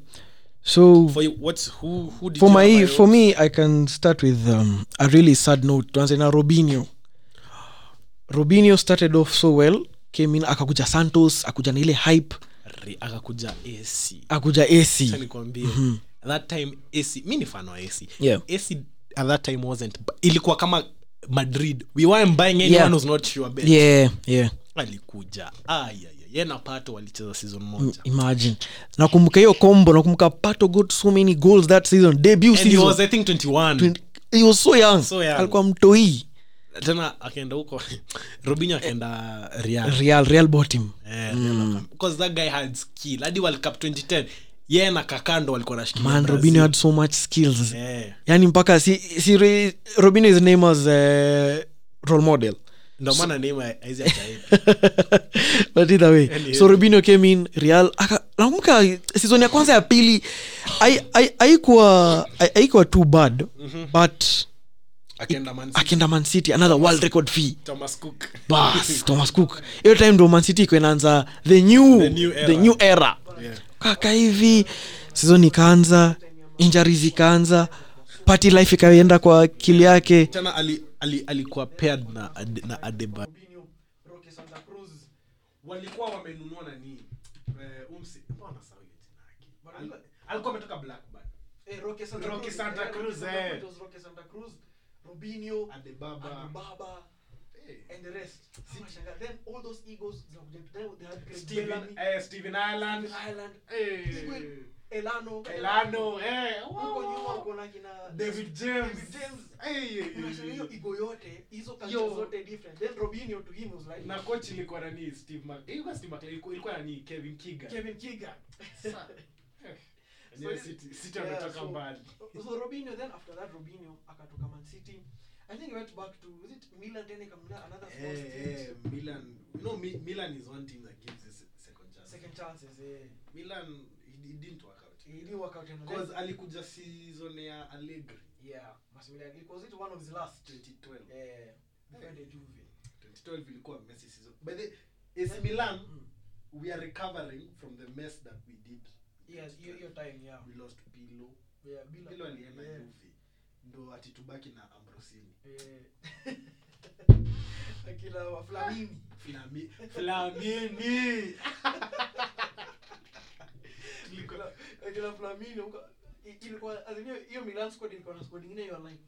so
for you, what's who who did
for
you
my
admire?
for me i can start with um, a really sad note tuanze na robinio robinio started off so well came in akakuja santos akuja na ile hype
Re- akakuja AC
akuja ac
Acha nikwambie at that time AC mi ni fan wa AC
Mm-hmm. Yeah.
AC at that time wasn't ilikuwa kama Madrid we weren't buying anyone
Yeah.
who's not sure bet
yeah yeah
alikuja aya ye na pato walicheza
Mm.
season moja
imagine nakumbuka hiyo combo nakumbuka pato got so many goals that season debut
and he
season
was i think 21
he was so young,
So young.
alikuwa mtoi
tena akaenda huko Robinho akaenda Real
real real bottom
Eh,
Mm.
because that guy had skill hadi World Cup 2010 yeye na kakando walikuwa wanashikilia
man
Brazil.
robinio had so much skills
Eh,
yani mpaka si, si Re- robinio is name as uh, role model
ndio maana Neymar haizi acha yeye.
but either way so robinio came in real aka- nakumbuka season ya kwanza ya pili hai- hai- haikuwa hai- haikuwa too bad
Mhm.
but
akaenda Man City
akienda man city another world record fee
Thomas Cook
bas thomas cook hiyo time ndo man city iko inaanza the new,
The new era.
the new era.
Yeah.
kaka hivi sizon ikaanza injuries ikaanza party life ikaenda kwa akili yake
tena ali, ali, alikuwa paired na, Ade- na Adebayo
Roque Santa Cruz walikuwa wamenunua nani eh,
um
umsi mbona nasahau hiyo jina yake Bwana, al- alikuwa ametoka blackburn eh Roque Santa Roque Cruz Santa Cruz eh it was Roque Santa Cruz Robinho Adebaba Adebaba eh. and the rest Sina- then all those egos zinakuja then they had Greg Bellamy
eh, Steven Ireland
Ireland
eh,
Elano
Elano eh,
huko nyuma
wow.
uko na kina
David James
David James
Eh, eh,
unashangaa hiyo
eh.
ego yote hizo
Yo.
culture zote different then Robinho to him was like
na coach ilikuwa nani Steve Mac eh, ilikuwa Steve Mac ilikuwa ilikuwa nani Kevin Keegan
Kevin Keegan
Sa- eh, yenyewe
So-
City City
Yeah,
wametoka
so-
mbali
so Robinho then after that Robinho akatoka Man City I think he went back to was it Milan then ikamna another small stint.
Eh, Milan, you know, Mi- Milan is one team that gives this second chance.
second chances eh
Milan, it, it didn't work out.
he didn't work out and then,
Because alikuja season ya Allegri
yeah Massimiliano it was it one of his last
2012.
eh kwende Juve
2012 ilikuwa Messi season. But the AC Milan,
Hmm.
we are recovering from the mess that we did.
yes hiyo hiyo time yeah
We lost Pirlo.
yeah bila
Pirlo alienda
yeah.
Juve. Ndo ati tubaki na Ambrosini.
eh akila wa Flamini
Flami- Flamini. Tulikuwa-
akila Flamini uka- i- ilikuwa as in hiyo- hiyo Milan squad ilikuwa na squad nyingine you are like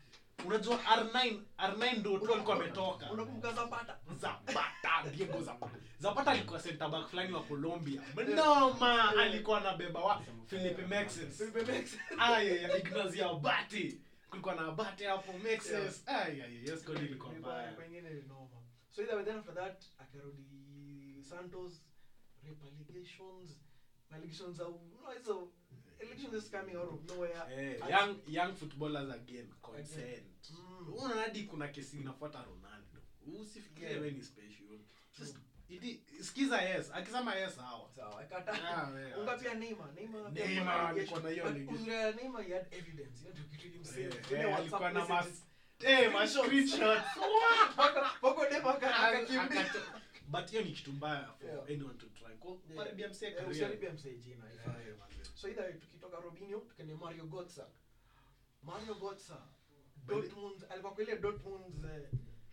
unajua r9 r9 ndo tu alikuwa ametoka
unakumbuka Zapata
zapata diego zapata zapata alikuwa center back fulani wa colombia mnoma alikuwa anabeba wa philipe maxes
Bebex
aya ya ignazia abate kulikuwa na abate hapo maxes aya ya skodi ilikuwa mbaya
so either way then after that akarudi santos rape allegations allegations are no it's a allegations is coming out of nowhere
Eh,
And-
young young footballers again consent
Mm.
unaona hadi kuna kesi inafuata ronaldo usifikirie
Yeah.
wewe ni special just ili sikiza yes akisema yes sawa
Sawa, ikata-
Ah, yeah.
Unga pia Neymar, Neymar pia
Neymar
kuna
alikuwa na hiyo
allegations.
allegation.
But uzuri ya Neymar, he had evidence. He had to kill himself.
Eh,
Ile
eh,
WhatsApp
alikuwa na
messages.
mas- eh, ma screenshots.
Mpaka- mpaka Neymar aka- akakimbia.
Akato- but hiyo ni kitu mbaya for
Yeah.
anyone to try Kwa-
Yeah.
kuharibia msee
Eh,
career.
usiharibia msee jina, ifanye. so either way, tukitoka robinho tukende mario gotsa mario gotsa dortmund alikuwa kwa ile dortmund eh,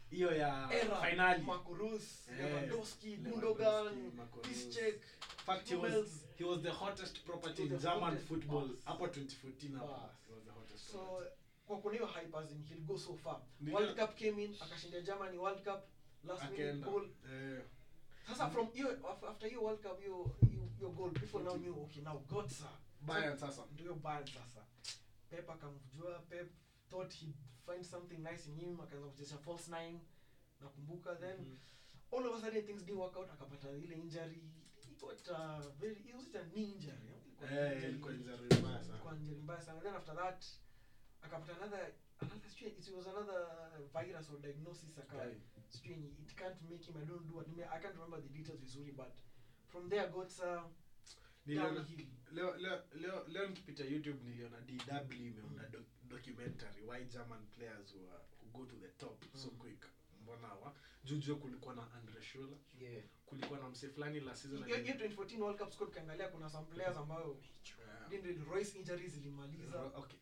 hiyo ya
era
finali
Marco Reus,
Eh,
lewandowski
Lewandowski,
gundogan
Marco
piszczek
fact he was, he was the hottest property
He
in
was the
german
hottest.
football
Bas.
hapo 2014 hapo
Bas.
he was the hottest
so
property.
kwa kuna hiyo hype as in he'll go so far
Ndio.
world cup came in akashindia germany world cup last minute
Akaenda.
goal
Eh,
sasa from hiyo af- after hiyo world cup hiyo hiyo- hiyo goal people now knew okay now gotsa
Bayern sasa
ndio Bayern sasa pep akamjua pep thought he'd find something nice in him akaanza kucheza false nine nakumbuka then
Mhm.
all of a sudden things didn't work out akapata ile injury he got a very it was a knee injury eh? Ilikuwa
Eh,
knee
ilikuwa
injury.
injury mbaya sana.
Ilikuwa injury mbaya sana then after that akapata another another sijui it was another virus or diagnosis aka
Guy.
sijui ni- uh, it can't make him I don't do what I can't remember the details vizuri but from there got
Niliona-
Downhill.
leo- leo- leo- leo nikipita youtube niliona dw imeunda doc- documentary why german players were, who go to the top so
Mm.
quick mbona wa juujua kulikuwa na andre Schuller,
Yeah.
kulikuwa na mse fulani la season
Hiyo- hiyo
ali-
2014 World Cup squad ukiangalia kuna some players ambayo
Yeah.
Dindin Royce injuries ilimaliza
Ro- okay.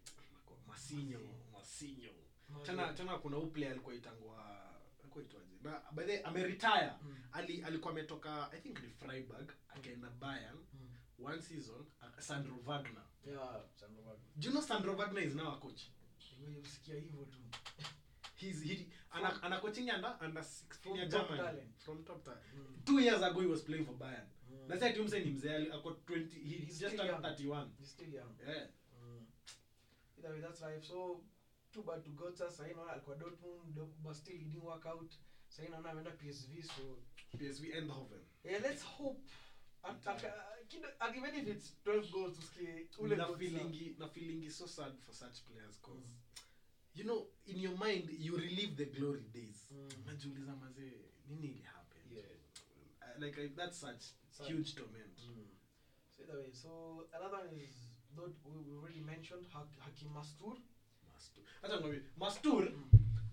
masinyo masinyo
Oh,
tena tena kuna huu player alikuwa itangwa alikuwa itwaje na by the way, ameretire
Mm.
ali alikuwa ametoka i think ni freiburg akaenda bayern
Mm.
one season aka- sandro wagner
Yeah,
do you know sandro wagner is now a coach
nimewahi kusikia hivyo tu.
he's he ana ana coaching under under 16 ya
From top
Germany.
talent.
from top talent
Mm.
two years ago he was playing for bayern
Mm.
that's why tumse ni mzee ali- ako 20 he- he's
He's
just
still young.
turned 31
He's still young.
yeah
Mm. Either way, that's life. So too bad to God sasa hii naona alikuwa Dortmund, Dor- but still he didn't work out. Sasa hii naona ameenda PSV so
psv eindhoven
yeah, let's hope At- at- uh, kido- and even if it's 12 goals tusikie ule
na
goal sir.
feelingi na feelingi so sad for such players cause
Mm.
you know in your mind you relive the glory days
Mm.
unajiuliza mazee nini ili happen
Yeah.
Uh, like I, that's such
Sad.
huge torment
So either way, so another one is that we we already mentioned Hak- Hakim Mastur.
Mastur. Acha nikwambie, mastur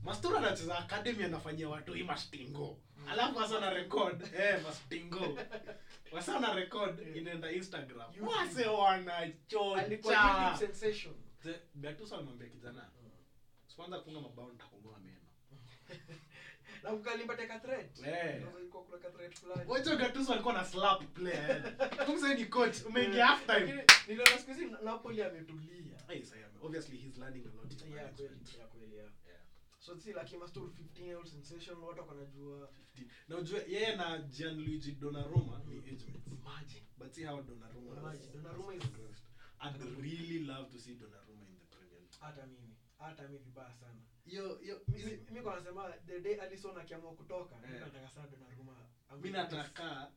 mastur anacheza academy anafanyia watu hii mastingo
Mm.
alafu wasa na record eh mastingo wasa na record
Yeah.
inaenda instagram
Eh. YouTube.
wase
Alikuwa YouTube Mm.
wanachocha
sensation.
Ze- gatuso alimwambia kijana sikuanza kunga mabao nitakungoa meno
Na ukalimbeteka thread.
Eh.
Ndio ilikuwa kuna ka thread fulani.
wacho gatuso alikuwa na slap player kumsa ni coach umeingia half time
Eh. Lakini niliona siku hizi Napoli ametulia.
Hey, so, yeah, obviously he's learning a lot in
Yeah, kweli,
management.
yeah, kweli, yeah.
Yeah.
So si Hakim Mastur 15 year old sensation watu wanajua
na ujue yeye na Gianluigi Donnarumma
Mm.
ni age mates.
imagine.
But see how Donnarumma has-
Imagine, Donnarumma
has
is-
progressed. I'd really love to see Donnarumma in the Premier League.
Hata mimi, hata mimi vibaya sana.
Yo, yo, is
Mimi
it-
mimi kwa nasema the day Alisson akiamua kutoka, mimi
Eh.
nataka sana Donnarumma.
mi nataka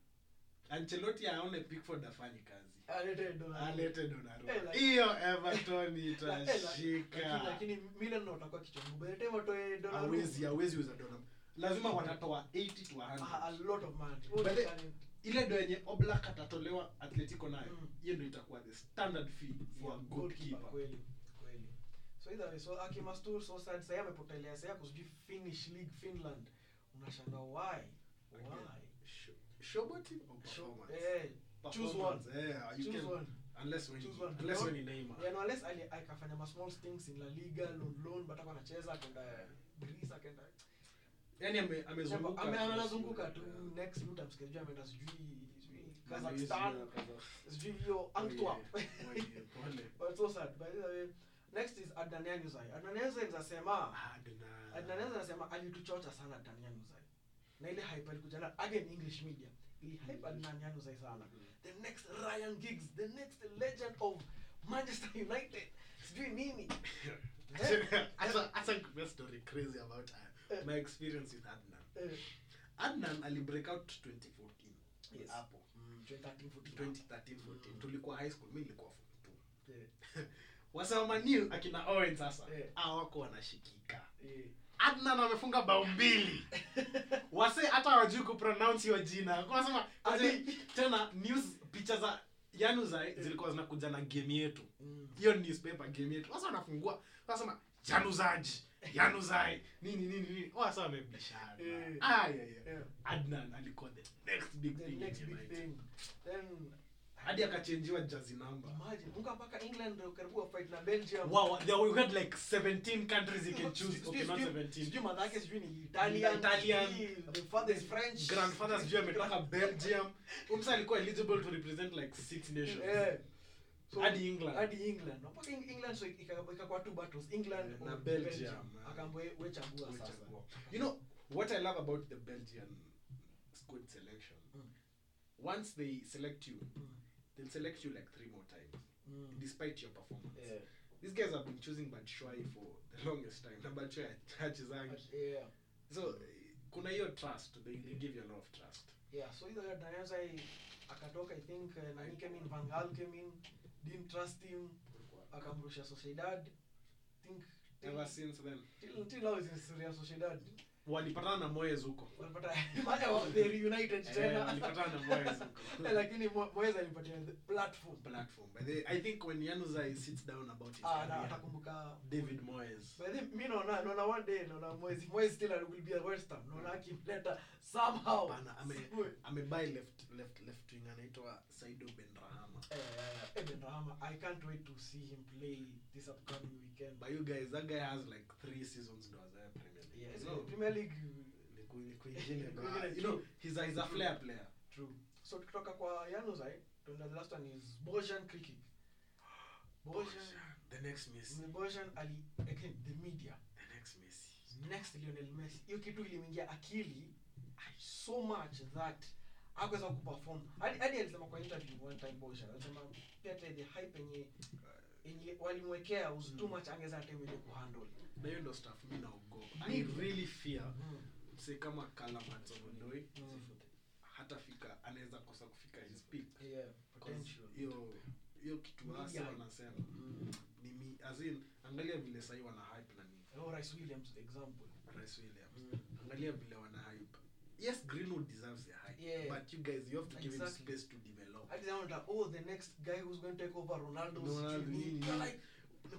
Ancelotti aone Pickford afanye kazi.
alete Donnarumma.
Alete Donnarumma.
Eh, like-
Hiyo Everton
La- eh, la- lakini-
itashika.
lakini Milan ndio watakuwa kichwa ngumu. By the time watoe Donnarumma, Mm.
Hawezi, hawezi uza Donnarumma. Lazima watatoa 80 to
a- Ah, a
100.
lot of money.
But the-
Talent.
ile ndo yenye oblak atatolewa atletico nayo
Mm.
hiyo ndo itakuwa the standard fee for
Yeah,
a
goalkeeper,
goalkeeper
kweli, kweli. So either way, so Aki Mastur, so sad, sahi amepotelea, sahi ako sijui Finnish League, Finland. Unashangaa why?
Again.
Why?
Sh- showboating or performance?
Eh, choose
Performance, eh, you
choose
can-
one.
unless when-
Choose one.
unless
No.
when ni Neymar.
Yeah, no, unless ali akafanya ma small things in La Liga, loan loan, but hakuwa anacheza, akaenda Greece, akaenda
Yaani ame- amezunguka
Ame-
tu.
anazunguka tu
Yeah.
next mtu amsikizijua ameenda sijui sijui
Malaysia,
Kazakhstan
Kazakhstan.
sijui hiyo Antwerp.
Oh, yeah. Pole.
But so sad. By the way, next is Adnan Yanuzai. Adnan Yanuzai nasema
Ah, duna.
Adnan Yanuzai Eh, nasema alituchocha sana Adnan Yanuzai. Na ile hype alikuja na again English media. Ili
Mm.
hype Adnan Yanuzai sana. The next Ryan Giggs, the next legend of Manchester United. Sijui nini. Eh?
Acha- acha nikupe story crazy about, uh, my experience with Adnan.
Eh,
Adnan alibreak out 2014
Yes.
hapo
mm, 2013, 14.
2013 14 tulikuwa high school mi nilikuwa form two
Eh,
wasamaniu akina owen sasa
Eh.
awako wanashikika
eh.
adnan amefunga bao mbili wase hata wajui kupronounce hiyo jina wanasema
Adi- Eh.
tena news picha za yanu za zilikuwa zinakuja na game yetu
Mm.
hiyo newspaper game yetu sasa wanafungua wanasema januzaji yanuzai nini nini nini wasa wamebishana
Eh.
Ah, yeah, yeah.
Yeah.
adnan alikuwa the next big
The
thing in
next big
United.
thing. Then
hadi akachenjiwa jazi number
imagine muka mpaka England ndio karibu fight na Belgium.
wow there we had like 17 countries you can choose okay not
sijui
17
madha yake sijui ni italian
Italian.
sijui the father is french
grandfather sijui ametoka belgium umsa alikuwa eligible to represent like six nations
Eh, so-
Hadi England.
hadi england Na mpaka Eng- england so ika- ikakuwa two battles england
Eh,
or
na Belgium, eh.
akaambiwa we- we chagua sasa
Chagua. you know what i love about the belgian squad selection
Mm.
once they select you
Mm.
they'll select you like three more times
Mm.
despite your performance
Eh,
these guys have been choosing batshuayi for the longest time na batshuayi hachezangi
but, eh,
so eh, kuna hiyo trust they, they give you a lot of trust
yeah so either Daniel Zai akatoka i think eh, nani came in van Gaal came in didn't trust him akamrusha sociedad think
ever since then
till, till now is in Real sociedad
walipatana na moyes huko
unapata maana wa- they reunited
Eh,
tena
walipatana na moyes huko
Eh, lakini Mo- Moyes alipatia the platform
platform but they, i think when yanuzai sits down about his
ah na
career,
atakumbuka
david moyes
By the- mi naona naona one day naona Moyes Moyes still will be a West Ham naona akimleta uh, somehow
Bana, ame
Sikuwe.
amebuy left left left wing anaitwa saido benrahama
Eh, Eben Rahama, I can't wait to see him play this upcoming weekend.
but you guys that guy has like three seasons ndo azae premier league
Yes,
so
Premier League
ni ku- ni kuingine bro.
Kuingine
you know
true.
he's a, he's a flair player
true. So kutoka kwa Januzaj, tunaenda the last one is Bojan Krikic. Bojan
the next messi
Bojan ali again the media
the next messi
next Lionel Messi. Hiyo kitu ilimwingia akili so much that hakuweza kuperform. Hadi hadi alisema kwa interview one time Bojan, alisema pia hata the hype yenye uh, yenye walimwekea was too much angeza hata yeye mwenyewe kuhandle.
na hiyo ndo stuff mi naogopa i really fear msee kama kalamatsovondoi
Mm.
hata fika anaweza kosa kufika his peak
Yeah, potential.
hiyo hiyo kitu hasa
Yeah.
wanasema
Mm.
ni mi as in angalia vile sahii wana hype na ni
Oh, Rice Williams example.
Rice Williams
Mm.
angalia vile wana hype yes Greenwood deserves a hype
Yeah.
but you guys you have to give
Exactly.
him space to develop
Hadi naona that, oh the next guy who's going to take over Ronaldo's
Ronaldo,
dream.
nini,
You're
nini.
like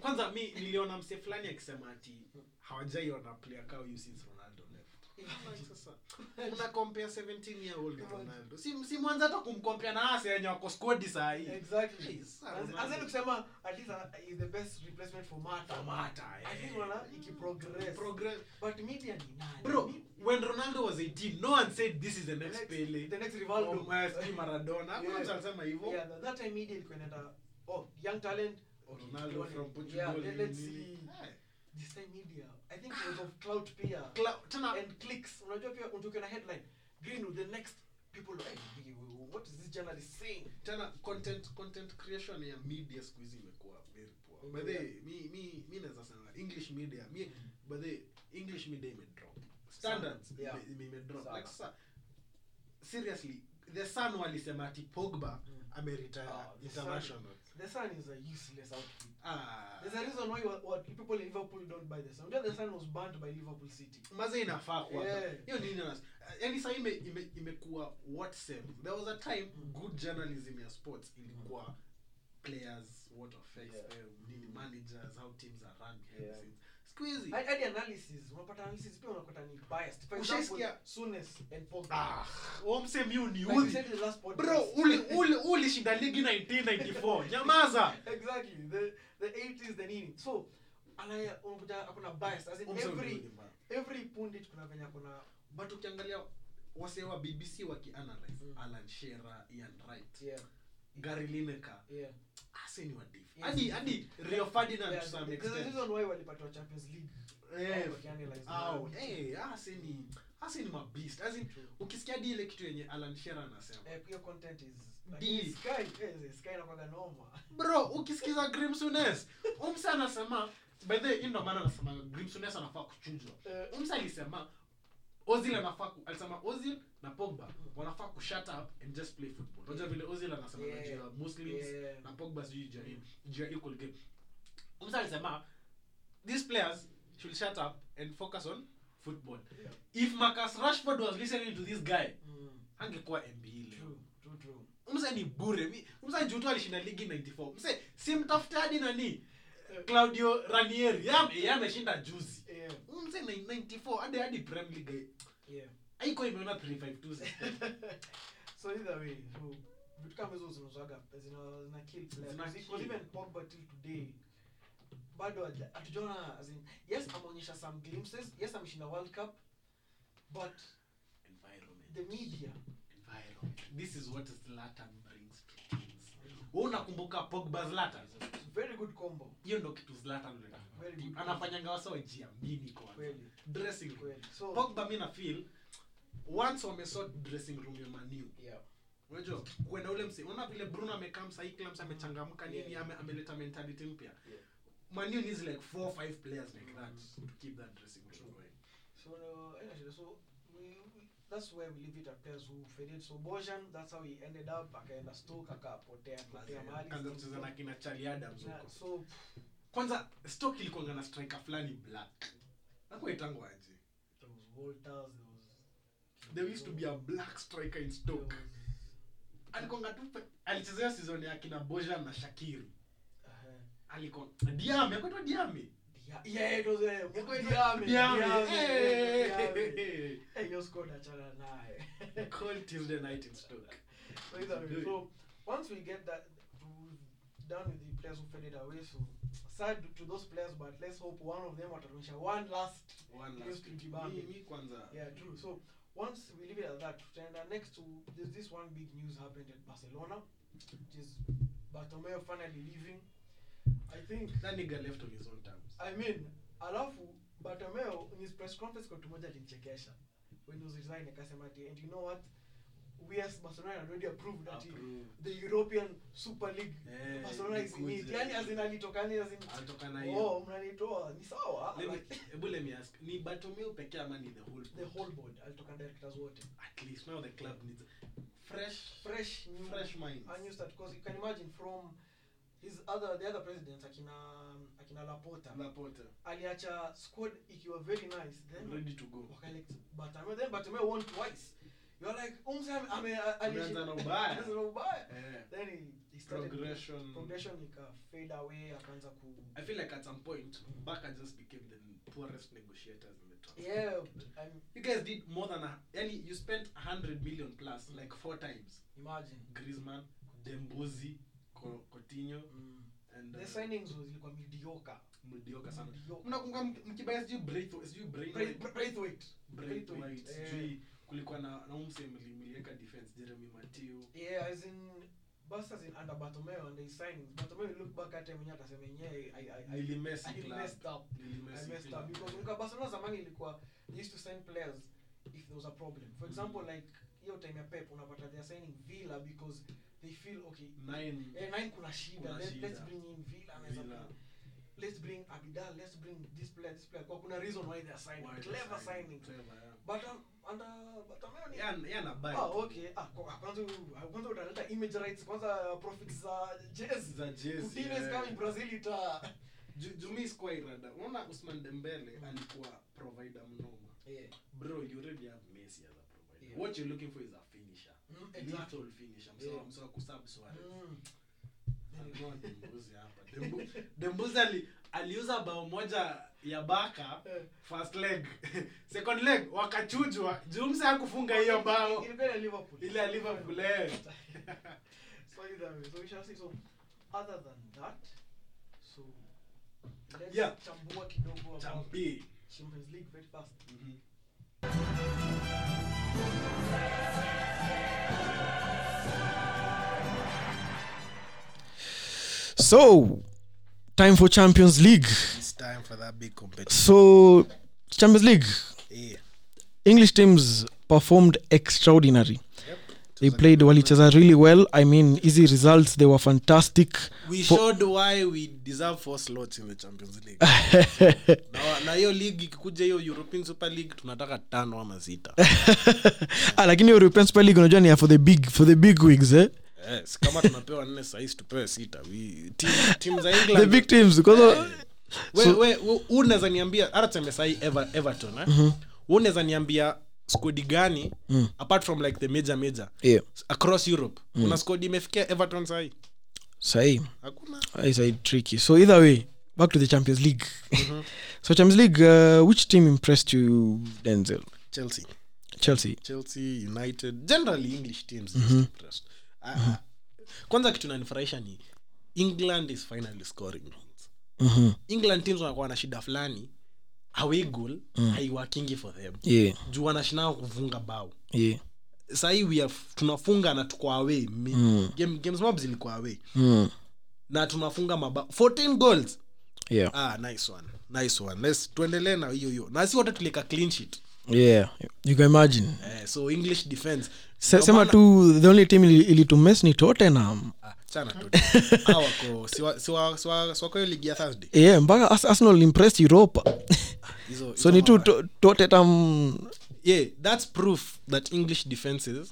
kwanza mi niliona mse fulani akisema ati hawajaiona player kaa huyu since Ronaldo left I'm like, sasa una compare 17 year old with Ronaldo si si mwanza hata kumcompare na hasi yenye wako squad saa hii
exactly.
Jeez,
As-
Ronaldo.
as in kusema at least uh, is the best replacement for Mata.
Mata,
At least
eh.
wana ikiprogress.
progress
But media ni nani?
bro when ronaldo was 18 no one said this is the next
next-
pele
the next Rivaldo.
Or, uh, sijui maradona hakuna
Yeah.
mtu alisema hivyo
Yeah, that- that time media ilikuwa inaenda oh young talent
Or
okay,
ronaldo
tuone.
from portugal
Yeah, let-
nini,
let's
nini.
see
Eh,
this time media I think it was of clout pia
Cla- tena
and clicks unajua pia utukiwa na headline Greenwood the next people like "Hey, what is this journalist saying
tena content content creation ya media siku hizi imekuwa very poor by the way, mi mi mi naweza sema english media mi
Mm.
by the way, english media ime drop standards
Yeah.
ime- ime ime drop
Sana.
like sasa seriously the sun walisema ati pogba ameretire
Ah, the Sun-
international
the sun is a useless outfit
ah
there's a reason why wa- wa- people in Liverpool don't buy the sun unajua the sun was banned by Liverpool City
maze inafaa kwanza
Yeah.
hiyo nini nas yani saa ime, ime, imekuwa what sells there was a time good journalism ya sports ilikuwa players what affects
Yeah.
eh, nini managers how teams are run
Yeah.
yeah. siku hizi
hadi hadi analysis unapata analysis pia unakuta ni biased for example
Ushaisikia-
Sunes and Pogba
ah omse miu ni
like we
udhi
said in the last podcast
bro uli uli ulishinda ligi 1994 nyamaza
exactly the the 80s the nini so anaya unakuta hakuna bias as in
Umse
every
uliudhi, bro.
every pundit kuna venye kuna
but ukiangalia wasee wa bbc wakianalyze alan shera ian wright
Mm. yeah
gary lineker
yeah
ase ni wadifu
Yes.
hadi hadi rio ferdinand
Yeah,
to some
there's a
extent
reason why walipatiwa champions league
Eh,
Oh, wakianalyze
au,
now.
eh, hasa ni- hasa ni mabeast. As in,
True.
ukisikia di ile kitu yenye alan shera anasema
Eh, pia content is
Deep.
like, sky eh, sky inakuwaga noma
bro ukisikiza grimsunes umse anasema by the way, hii ndo maana anasema grimsunes anafaa kuchujwa
Eh.
umse alisema ozil anafaa ku- alisema ozil na pogba wanafaa ku shut up and just play football unajua vile ozil anasema
Mm. Yeah.
yeah. muslims
Yeah.
na pogba sijui juu ya nini, juu ya equal game umse alisema these players should shut up and focus on football
Yeah.
if marcus rashford was listening to this guy
mm.
angekuwa mbe leo
true true true
mse ni bure Mi- mse jutu alishinda ligi 94 mse si mtafute hadi nani claudio ranieri Yam- yeye ameshinda juzi
yeah
Huyu mse ni 94 hadi hadi prem league
yeah
aiko imeona 352 system.
so either way so vitu kama hizo zinazaga zina zina kill players.
Zina
Because
kill.
even Pogba till today bado haja- hatujaona as in yes ameonyesha some glimpses yes ameshinda world cup but
Environment,
the media
environment. this is what Zlatan brings to teams wewe unakumbuka Pogba Zlatan
very good combo
hiyo ndo kitu Zlatan huleta.
Very good.
anafanyanga wasa wajiamini kwanza
Kweli.
dressing room
kweli so
pogba mi nafil once wamesort dressing room ya maniu
yeah
unajua kuenda ule msi unaona vile bruno amekaa msahii kila msi amechangamka nini
Yeah.
ame, ameleta mentality mpya
Yeah. Mm.
maniu needs like four or five players like that to keep that dressing room going
So no, eh, actually, so we, we, that's where we leave it at players who faded. So Bojan, that's how he ended up. Akaenda Stoke, akapotea potea mahali.
kaanza kucheza na kina charlie adams
Na-
huko
So
kwanza stock ilikuanga na striker fulani black nakuitangwa aje
it was volters there was
there used to be a black striker in stoke
there was-
alikonga tu pe- alichezea season ya kina bojan na shakiri
uh-huh.
alikon diame akwetwa diame
Dia- yeah, it was, eh,
Diame.
Diame, Diame,
Hey.
Diame. Eh, hiyo squad achana naye.
Call Tuesday night in Stoke.
So either way, so once we get that to- done with the players who faded away so sad to those players but let's hope one of them watarudisha one last
One
Yes,
last
Twiki
thing.
Bambi.
Mi- mi kwanza.
Yeah, true. So once we leave it at that, tutaenda next to there's this one big news happened at Barcelona, which is Bartomeu finally leaving. I think
That nigga left on his own terms.
I mean, alafu Bartomeu in his press conference kwa tumoja alinchekesha when he was resigning akasema ati and you know what we as Barcelona had already approved that he-
Approved.
the European Super League
Eh,
Barcelona is in it.
ilikuja.
Yani as in alitoka ni as in
Alitoka na hiyo.
oh mnanitoa ni sawa
Let me-
like,
hebu let me ask, ni Bartomeu pekee ama ni the whole
the
board?
whole board alitoka directors wote
At least now the club needs fresh-
fresh new
fresh minds.
a new start because you can imagine from his other the other presidents akina akina Laporta
Laporta,
aliacha squad ikiwa very nice then
ready to go.
wakalect Bartomeu then Bartomeu won twice you're like umse ame- ame
Ameanza
alianza
na ubaya.
ubaya
Eh,
then he, he started
Progression.
progression ika fade away akaanza ku
I feel like at some point, Barca just became the poorest negotiators in the transfer.
yeah I'm,
You guys did more than a, yani you spent 100 million plus
Mm.
like four times.
imagine
Griezmann, Dembozi, Co- Coutinho
mm.
and
the
uh,
signings was ilikuwa mediocre
mlidioka sana.
Mlidioka.
Mnakumbuka mk- mkibaya sijui Braithwaite, sijui
Bra-
Braithwaite,
Mm. Bra- Braithwaite
Braithwaite,
Eh.
sijui kulikuwa na na umse mliweka defense Jeremy Mateu.
Yeah, as in Barca is in under Bartomeu and they signing. Bartomeu look back at him mwenyewe atasema yenyewe I I I,
Nilimess
I
club.
messed up. I
Nilimess
messed
club.
up because look Barcelona zamani ilikuwa they used to sign players if there was a problem.
Mm-hmm.
For example like hiyo time ya Pep unapata they are signing Villa because they feel okay.
Nine.
Eh, nine kuna shida.
Kuna
Let, let's
shida.
bring in Villa anaweza
Villa.
bring- Let's bring Abidal, let's bring this player, this player. Kwa kuna reason why they are signing.
Wide
Clever
signing,
signing.
Clever, yeah.
But um, under Bartomeu um, ni
Yeah, yeah, na bite.
Ah, okay. Ah, kwa- kwanza kwanza utaleta image rights kwanza uh, profits za jazz
Za jezi, yeah.
kama Brazil ita
Ju- jumi sikuwa irada unaona usman dembele
Mm.
alikuwa provider mnoma
yeah.
bro you already have messi as a provider
Yeah.
what you're looking for is a finisher
Mm, exactly.
little finisher msawa
Yeah.
msawa kusub suarez
Mm.
Alikuwa Dembuzi hapa Dembu- dembuzi ali, aliuza bao moja ya baka
Eh.
first leg second leg wakachujwa jumsi hakufunga hiyo bao
Ilikuwa ile Liverpool.
ile ya Liverpool, eh.
So either way, so we shall see. So other than that, so let's
Yeah.
chambua kidogo about
champi
Champions League very fast.
Mhm.
so time for champions league
It's time for that big competition.
so champions league
Yeah.
english teams performed extraordinary they played walicheza really well i mean easy results they were fantastic
we
For-
showed why we deserve four slots in the champions league na na hiyo league ikikuja hiyo european super league tunataka tano ama sita
ah, lakini hiyo European Super league unajua ni ya for the big for the big wigs eh?
yes, kama tunapewa nne sahisi tupewe sita We- team- team za
the
england
big teams because
we, we, we, unaweza niambia hata tuseme sahi Ever, everton eh? unaweza niambia skodi gani apart from like the major major
yeah
across europe kuna skodi imefikia everton sahi
sahi
hakuna
it's a tricky so either way back to the Champions League so Champions League uh, which team impressed you Denzel
chelsea
Chelsea
chelsea united generally english teams
Mhm.
mm -hmm. impressed uh, mm -hmm. kwanza kitu nanifurahisha ni england is finally scoring goals.
Mhm.
england teams wanakuwa na shida fulani away goal
Mm.
haiwakingi for them
yeah
juu wanashinaa kufunga bao
yeah
sahii we are- tunafunga na tuko away Mi- game, games mob zilikuwa away
mm.
na tunafunga mabao 14 goals
yeah
ah nice one nice one let's tuendelee na hiyo hiyo na si wote tulieka clean sheet
yeah you can imagine
eh, so english defense
Se, sema tu the only team ili- ilitumes ni Tottenham
Ah, chana tu Hawa wako siwa- siwa- siwa- siwako hiyo ligi ya thursday
yeah mpaka Ars- Arsenal impressed Europa
Hizo- hizo
so ni tu
mawa-
to- Tottenham
yeah that's proof that english defenses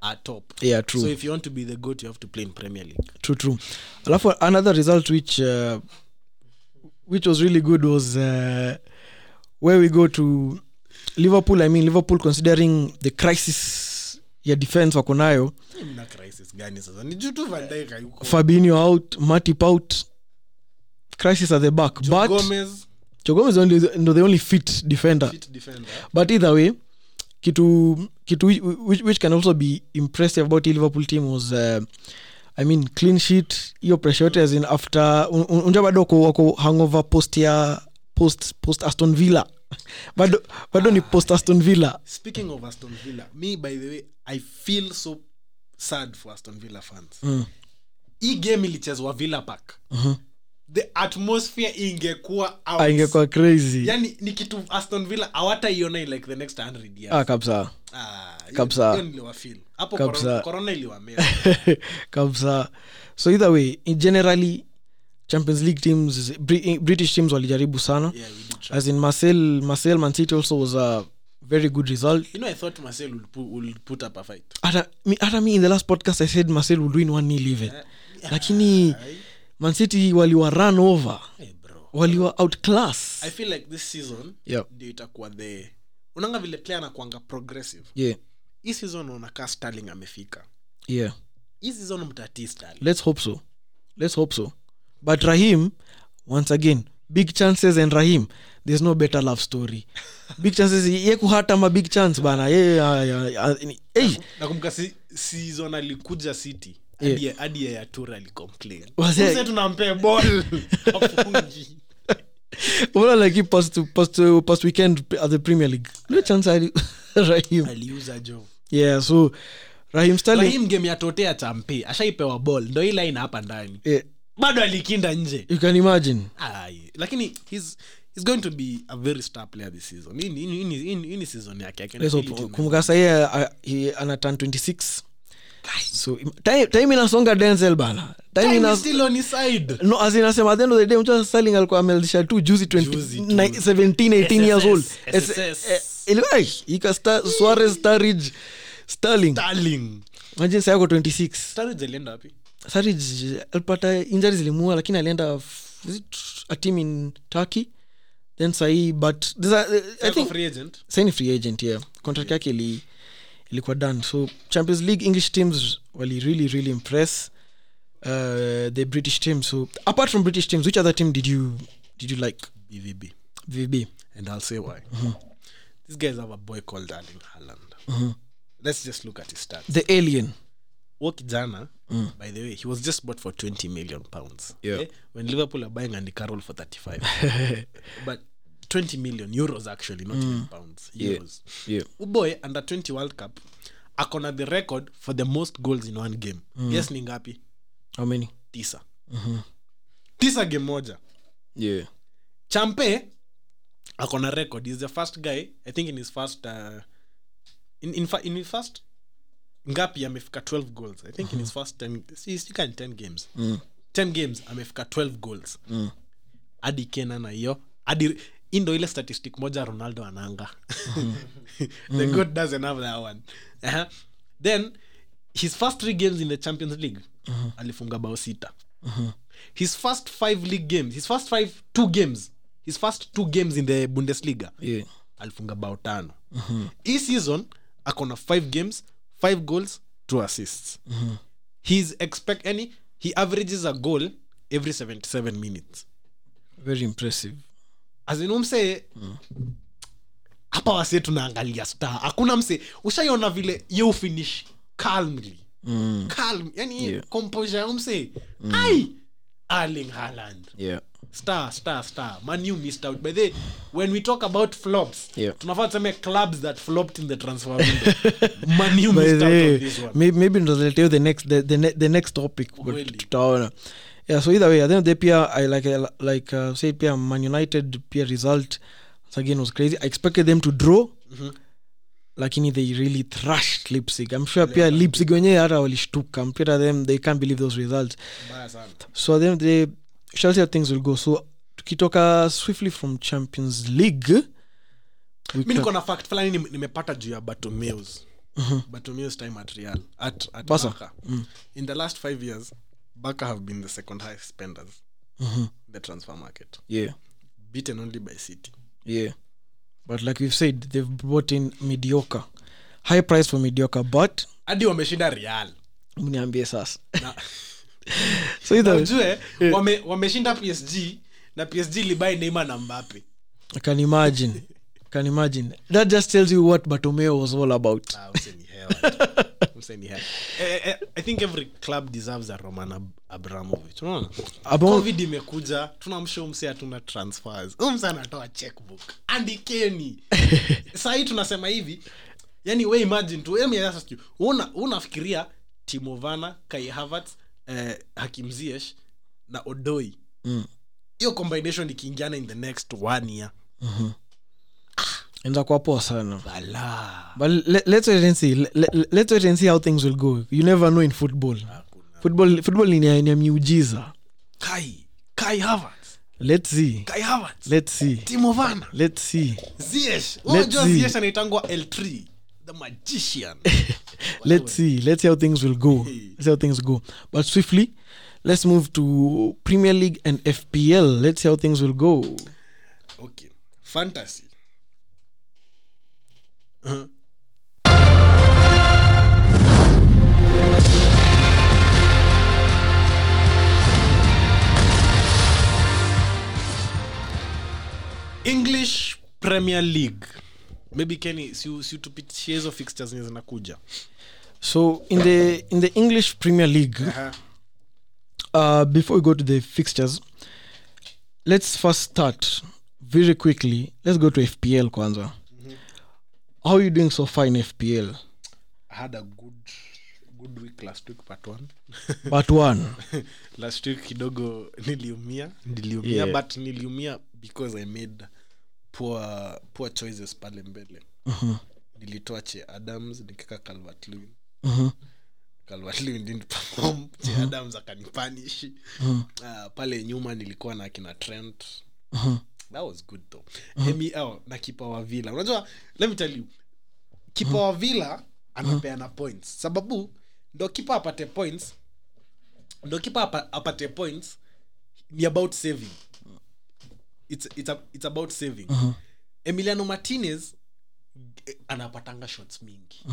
are top
Yeah, true.
so if you want to be the goat you have to play in premier league
true true alafu another result which uh, which was really good was uh, where we go to liverpool i mean liverpool considering the crisis ya defense wako nayo
mna crisis gani sasa ni juu tu Van Dijk hayuko.
fabinho out matip out crisis at the back
Joe
but
Gomez,
Joe Gomez only- ndo the only fit defender
fit defender.
but either way kitu kitu whi- which, which can also be impressive about hii liverpool team was uh, i mean clean sheet hiyo pressure yote as in after un- un- unja bado wako- wako hangover post ya post post aston villa bado bado ni post aston villa
speaking of aston villa me by the way i feel so sad for aston villa fans
Mm. Uh-huh.
hii game ilichezwa villa park the atmosphere ingekuwa out.
Ah, ingekuwa crazy
yani Yaani, ni kitu aston villa hawataiona in like the next 100 years
ah, kabisa
Ah, hiyo-
kabisa.
hiyo niliwafeel. hapo
Kabisa.
corona- corona iliwamea
kabisa so either way in generally champions league teams Bri- british teams walijaribu sana
yeah, we did try.
as in marcel marcel mancity also was a very good result
you know i thought marcel will, pu- will put up a fight
hata mi, hata mi in the last podcast i said marcel would win one nil even lakini mancity waliwa run over
hey, bro
waliwa outclass
i feel like this season
yeah.
ndio itakuwa the unanga vile player anakuanga progressive
yeah
hii season unakaa starling amefika
yeah
hii season mtatii starling
let's hope so let's hope so but rahim once again big chances and rahim there's no better love story big chances ye kuhata ma big chance bana ye ya- ya- ya- ni- eh,
nakumbuka si, season alikuja city
Yeah.
hadi hadi yaya Toure alicomplain
Wazee-
Mzee tunampea ball Afungi.
mbona like hii past, past, past weekend at the premier league no chance ali rahim
aliuza jo
yeah so rahim sterling
rahim game ya totea champe ashaipewa ball ndo hii line hapa ndani
Yeah,
bado alikinda nje
you can imagine
Ai, lakini he's, he's going to be a very star player this season Hii ni- hii ni- hii ni- hii ni season yake I can
Let's
feel
hope.
it in my-
kumbuka uh, sahii anatan 26 so im- time- time inasonga denzel bana time
Time
inas-
is still on his side
no as inasema at the end of the day mtu Sterling alikuwa ameanzisha tu juzi 20
Juzi tu.
ni- 17 18 years old
SSS.
Es- eh, ili- ai, ika Sta- Suarez Sturridge Sterling
starling
imagine sasa yako 26
starling alienda wapi
Sturridge alipata injuries zilimuua lakini alienda f- is it a team in Turkey then sahi but these are, I
Ako
think
free agent
sahi ni free agent yeah contract yake ili ilikuwa done so champions league english teams wali really really impress uh, the british team so apart from british teams which other team did you did you like
bvb
vb
and I'll say why.
Uh-huh.
These guys have a boy called Erling Haaland. Let's just look at his stats.
the alien
Huo kijana, by the way, he was just bought for 20 million pounds.
Mm. Yeah.
Eh, When Liverpool are buying Andy Carroll for 35. but 20 million euros actually, not even pounds. Euros.
Mm. yeah
Huyu boy under 20 World Cup akona the record for the most goals in one game.
Mm.
Yes ni ngapi?
how many
Tisa.
Mm-hmm.
Tisa game moja.
yeah
champe akona record is the first guy i think in his first uh, in, in, fa- in his first ngapi amefika 12 goals i think in his first 10 si- si kani 10 games mm. 10 games amefika 12 goals mm. hadi kena na hiyo hadi hii ndo ile statistic moja ronaldo ananga the god doesn't have that one uh-huh. then his first three games in the champions league alifunga bao sita his first five league games his first five two games his first two games in the bundesliga
yeah Mm-hmm.
alifunga bao tano hii season akona five games five goals two assists
Mm-hmm.
he's expect any he averages a goal every 77 minutes
very impressive
azin mse hapa wasee tunaangalia star hakuna mse ushaiona vile you finish calmly
mm.
calm yani
Yeah. Mm.
composure ya mse ai Erling Haaland
yeah
star star star man you missed out by the way, when we talk about flops
Yeah.
tunafaa tuseme clubs that flopped in the transfer window man you
By
missed
the
out
way,
on this one
may- maybe ndozaletea the next the, the, ne- the next topic but
Kweli.
tutaona yeah so either way at the end of the day pia i like I li- like uh, say pia man united pia result once again was crazy i expected them to draw
Mm-hmm.
lakini they really thrashed lipsig i'm sure pia lipsig wenyewe hata walishtuka I'm sure them they can't believe those results
Mbaya sana.
so at the end of the day shall see how things will go so tukitoka swiftly from champions league we
mi
can-
niko na fact fulani nime- nimepata juu ya batomeus batomeus time at real at, at
Mhm. Barca. Mm.
Barca. in the last five years baka have been the second highest spenders
Mhm.
in the transfer market
yeah
beaten only by city
yeah but like we've said they've brought in mediocre high price for mediocre but
hadi wameshinda real
mniambie sasa
Na-
so either
ujue wame, wameshinda psg na psg libai neima na mbape
I can imagine I can imagine that just tells you what batomeo was all about
Ah, mse ni hewa tu. Mse ni hewa. Eh, eh, I think every club deserves a Roman Ab- Abramovich. Unaona? Ah,
Abram-
COVID imekuja tunamshow mse hatuna transfers Huyu mse anatoa checkbook andikeni sahii tunasema hivi yani we imagine tu em, sasa sijui. Una- unafikiria timovana kai havertz eh, hakim ziyech na odoi
Mm.
hiyo combination ikiingiana in the next one year
inaweza kuwa poa sana
balaa
but let, let's wait and see let, let, let's wait and see how things will go you never know in football football football ni ya- ni ya miujiza
kai kai havertz
let's see
kai havertz
let's see
timovana
let's see
Ziyech.
Let's
Unajua
see.
Ziyech anaitangwa L3, the magician.
let's see let's see how things will go let's see how things go but swiftly let's move to premier league and fpl let's see how things will go
Okay. Fantasy. Uh-huh. english premier league maybe kenny si si tupitishie hizo fixtures zenye zinakuja
so in the in the english premier league uh, before we go to the fixtures let's first start very quickly let's go to fpl kwanza how are you doing so far in fpl
I had a good good week last week part one
part one
last week kidogo niliumia niliumia
Yeah.
but niliumia because i made poor, poor choices pale mbele nilitoa che adams nikaweka calvert lewin
Mhm.
calvert lewin didn't perform che adams akanipanish uh, pale nyuma nilikuwa na kina trent that was good though Emi, oh, na kipa wa villa unajua let me tell you kipa wa villa anapeana points sababu ndo kipa apate points ndo kipa apa- apate points ni about saving it's, it's, a, it's about saving
Uh-huh.
emiliano martinez eh, anapatanga shots mingi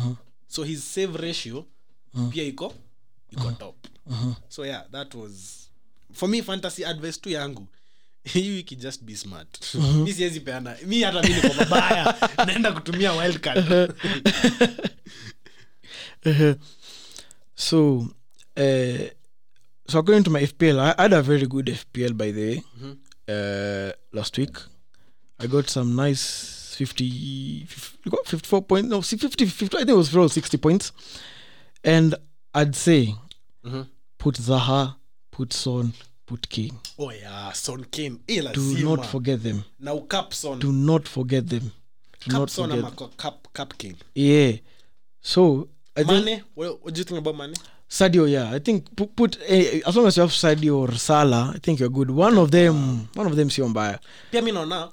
so his save ratio
Uh-huh.
pia iko iko top so yeah that was for me fantasy advice tu yangu hii wiki just be smart
Uh-huh.
mi siwezi peana mi hata mi niko mabaya naenda kutumia wildcard
Uh-huh. so uh, so according to my fpl i I had a very good fpl by the way uh, last week i got some nice 50 fif- you got 54 points no si- 50 50 i think it was around 60 points and i'd say
Mhm.
put zaha put son put king
oh yeah son kane hii
do not
lazima
forget them
na ukapson
do not forget them do not
capson ama
forget
co- cap cap king
yeah so i think
Mane, what, what do you think about Mane?
Sadio, yeah, I think put, put eh, as long as you have Sadio or Salah, I think you're good. One of them, one of them sio mbaya.
pia mi naona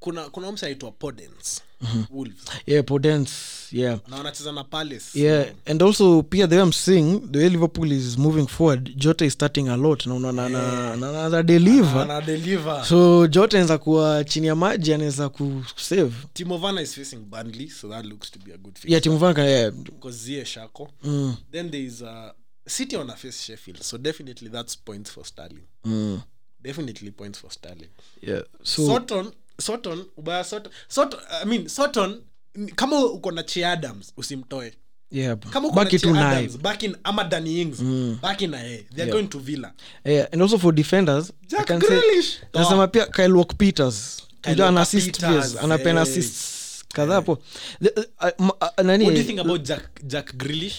kuna kuna msi anaitwa podens wolves
Yeah, Podence, yeah.
na wanacheza na palace
Yeah, and also pia the way I'm seeing the way Liverpool is moving forward, Jota is starting a lot na unaona na na- na na deliver.
ana deliver
So Jota anaweza kuwa chini ya maji anaweza ku save.
timo Werner is facing burnley so that looks to be a good
Yeah, Timo Werner yeah.
because zie shako
Mm,
then there is a city on a face sheffield so definitely that's points for starling
mm.
definitely points for starling
Yeah. So
so, soton soton ubaya soton soton i mean soton n- kama uko na che adams usimtoe
yeah.
kama uko
Baki
na
tu Mm.
Che
naye.
Adams, baki n- ama Danny Ings, baki na yeye they're going to villa
Yeah, and also for defenders, I
Jack
can say-
Grealish. Oh.
nasema pia Kyle Walker Peters.
Kyle
Ndio ana
Walker
assist
Ah. Peters,
pia, anapeana
eh.
assists kadhaa hapo. The- uh, m- uh, nani,
what do you think about jack jack grilish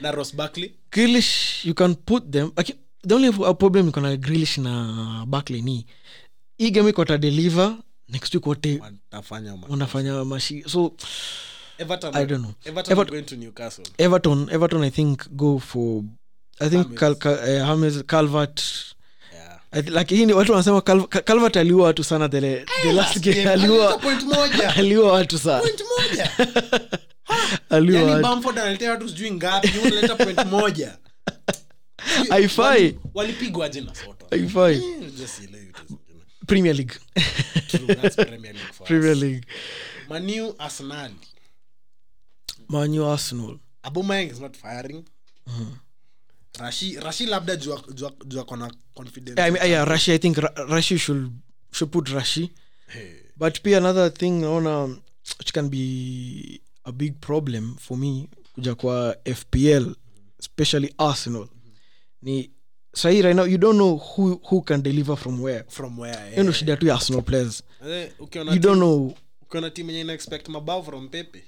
na ross barkley
Grealish, you can put them lakini the only uh, problem iko na Grealish na Barkley ni hii game iko ta deliver next week wote
watafanya ma-
wanafanya mashi so
everton
I don't know.
everton are going to newcastle
Everton Everton I think go for I think Cal, Cal, eh, James Calvert
yeah
I th- like hii ni watu wanasema Calv- Cal- Calvert aliua watu sana the, le- the last game aliua
point moja
aliua watu sana
point moja
aliua
yani
watu
bamford analetea watu sijui ngapi yule analeta point moja
Haifai.
Wali- walipigwa je na soto
Haifai.
Eh, just ile vitu zingine.
premier league
True, that's Premier League for us.
premier league
manu arsenal
manu arsenal
abomang is not firing
Hmm.
rashi rashi labda jua jua jua kona confidence
Eh, I mean, yeah, rashi i think Ra- rashi should, should put rashi but pia another thing naona which can be a big problem for me kuja kwa fpl especially arsenal ni sahi right now you don't know who, who can deliver from where
from where
hiyo
eh.
ndo shida tu ya arsenal players
Eh, ukiona
you don't know
kuna timu yenye ina expect mabao from pepe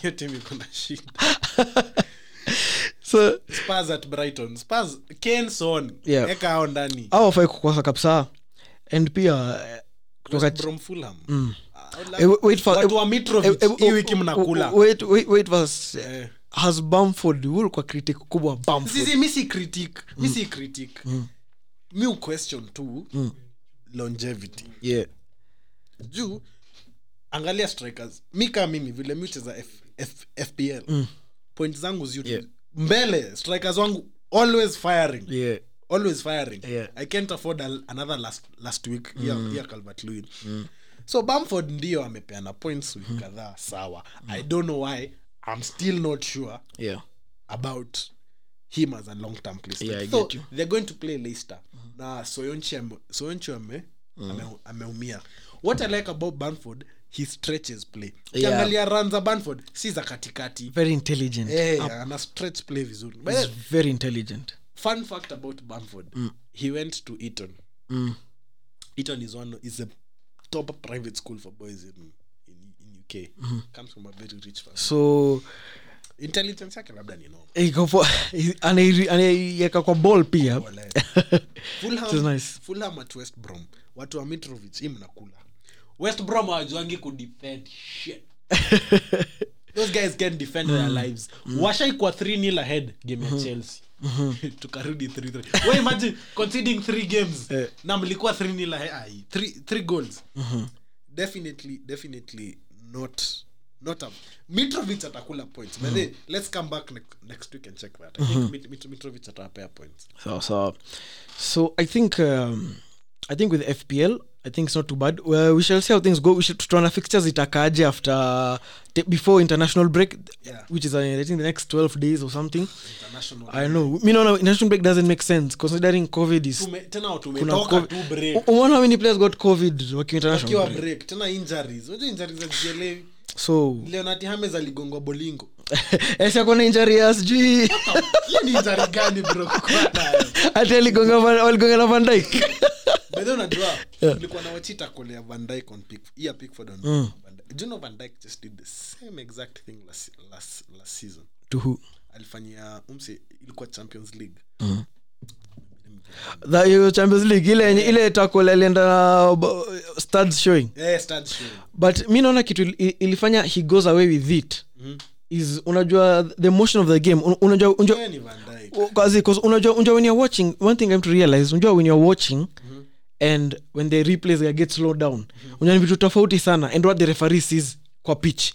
hiyo timu iko na shida
so
spurs at brighton spurs kane son
Yeah.
eka hao ndani
au wafai kukosa kabisa and pia eh, kutoka
West Brom Fulham. Ah, la-
Eh, wait- wait for-
Watu wa
eh,
Mitrovic
eh,
hii wiki mnakula.
wait, wait, wait was,
Eh.
has bamford hul kwa critic kubwa bamford
Sisi mi si critique, mi
Mm.
si critique. Mi u question tu longevity.
yeah.
Juu angalia strikers. Mi kama mimi vile mi hucheza F- F- FPL. Point zangu zi
Yeah.
mbele strikers wangu always firing.
Yeah.
always firing
Yeah.
i can't afford a, another last, last week mm. yeah, yeah calvert lewin mm. so bamford ndio amepeana points week mm. kadhaa sawa mm. i don't know why i'm still not sure
Yeah.
about him as a long term player
Yeah, I
so
get you.
they're going to play leicester mm. na soyonchi ame, soyonchi ame
Mm.
ame- ameumia what i like about bamford he stretches play
Yeah.
ukiangalia run za bamford si za katikati
very intelligent
hey, ana stretch play vizuri By the way,
He's very intelligent
fun fact about Bamford,
Mm.
he went to Eton. Eton is one is a top private school for boys in in, in UK.
Mm.
Comes from a very rich family.
so eh,
Intelligence yake labda ni normal.
iko po- anairi- anaiweka kwa ball pia
Wale.
It is
Fulham,
nice.
Fulham at West Brom. Watu wa Mitrovic hii mnakula. West Brom hawajuangi kudefend shit. Those guys can defend their
Mm.
lives. Washai kwa 3 nil ahead game
Mm-hmm.
ya Chelsea. Tukarudi 3-3. Wewe imagine conceding 3 games
Eh. Mm-hmm.
na mlikuwa 3 nil ahead. Ai, 3 3 goals. Definitely definitely not not a Mitrovic atakula points.
Mm-hmm.
But then, let's come back ne- next week and check that. I think Mit- Mit- Mitrovic atawapea points.
so, so, so i think um, i think with fpl i think it's not too bad well, we shall see how things go we should tutaona fixtures itakaje after te- before international break
Yeah.
which is uh, i think the next 12 days or something
International
i know mi naona international break doesn't make sense considering covid is
Tume- tena
kuna
tumetoka
COVID.
tu break
U- umeona how many players got covid wakiwa international
akiwa
break.
break tena injuries unajua injuries hazielewi
so
leonati hames aligongwa bolingo
esiakona injari ya sijui
hiyo ni injury gani bro kuwa nayo
ati aligonga Van- waligonga na Van Dijk.
by the way unajua nilikuwa na wachita kolea van dyke on pick yeah pickford on
Mm.
Van Dijk. Do you know van dyke just did the same exact thing last, last, last season
To who?
alifanyia umse ilikuwa champions league
Mm. That hiyo champions league ile yenye- ile tackle alienda na bo- studs showing
eh start showing
but mi naona kitu ili- ilifanya he goes away with it
Mm-hmm.
is unajua the motion of the game un- unajua unajua-
Yeye ni Yaani van dyke
kazi cause unajua unajua when you're watching one thing i'm to realize unajua when you're watching and when the replays ya get slow down unajua ni vitu tofauti sana and what the referee sees kwa pitch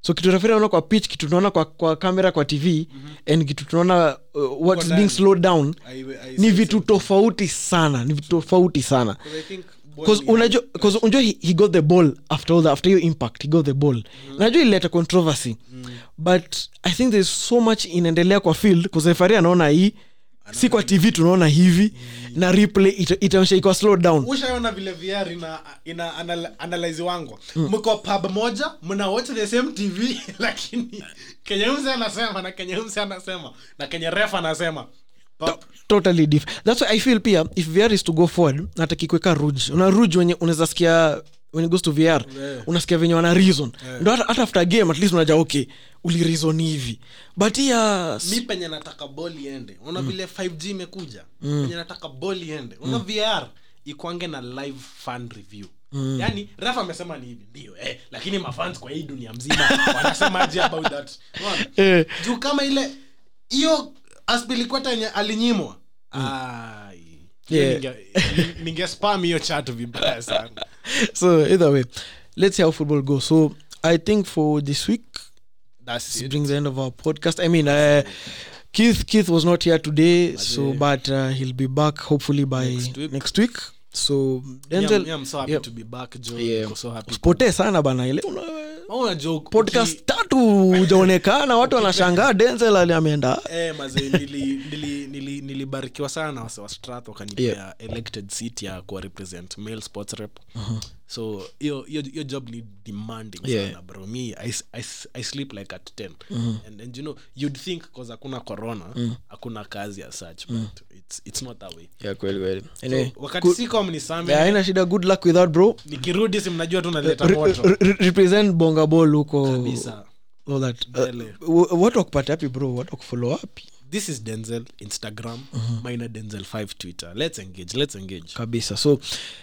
so kitu referee anaona kwa pitch kitu tunaona kwa kwa kamera kwa tv and kitu tunaona uh, what's
ndani.
being slowed down
I- I-
ni vitu tofauti sana ni vitu tofauti sana
'Cause I think ball
Cause
ni-
unajua cause unajua he, he got the ball after all the, after your impact he got the ball mm. najua ilileta controversy mm. but i think there's so much inaendelea kwa field kuzefari anaona hii si kwa tv tunaona hivi mm. na replay ita- itaonyesha iko slow down
ushaona vile vr ina, ina anal, analyze wangu mko pub moja mna watch the same tv lakini kenye mse anasema na kenye mse anasema na kenye ref anasema pub.
totally diff that's why i feel pia if vr is to go forward natakikweka ruj una ruj wenye unaweza sikia when it goes to vr unasikia venye wana reason ndo hata, hata after game at least unaja okay uli reason hivi but yeah,
mi penye nataka bol iende unaona vile 5g imekuja penye nataka bol iende unaona vr ikwange na live fan review yaani ref amesema ni hivi ndio eh, lakini mafans kwa hii dunia mzima wanasemaje about that Unaona?
eh,
juu kama ile hiyo aspilikwata yenye alinyimwa Ai.
Mm. Yeah.
Ninge- ningespam hiyo chat vibaya sana
so either way let's see how football goes so i think for this week
That's
this
it.
brings the end of our podcast i mean uh, keith keith was not here today so but uh, he'll be back hopefully by next week, so
Yeah,
denzel
I'm- yeah, I'm so happy
yeah.
to be back, Joe.
Yeah.
Niko so happy.
usipotee sana bana ile una-
Maona Joe, uki-
podcast tatu ujaonekana watu wanashangaa denzel ali ameenda
eh, mazee, nili- nili- nili- nilibarikiwa sana na wase wa strath wakanipea elected seat ya kuwa represent male sports rep so hiyo hiyo- hiyo job ni demanding
Uh-huh. Yeah. Mm-hmm.
sana bro me I, s- I, s- I sleep like at 10 and, and you know you'd think cause hakuna corona
Mm.
hakuna kazi as such but it's, it's not that way
yeah, kweli kweli anyway,
so, wakati siko mnisame
yeah, eh, haina shida good luck with that bro
nikirudi si mnajua tu naleta
Re-
moto
re- re- represent bonga ball huko
kabisa
all that Uh,
Mbele.
w- watu wakupata wapi bro watu wakufollow wapi
this is denzel instagram
Mm-hmm.
minor denzel 5 twitter let's engage let's engage
kabisa so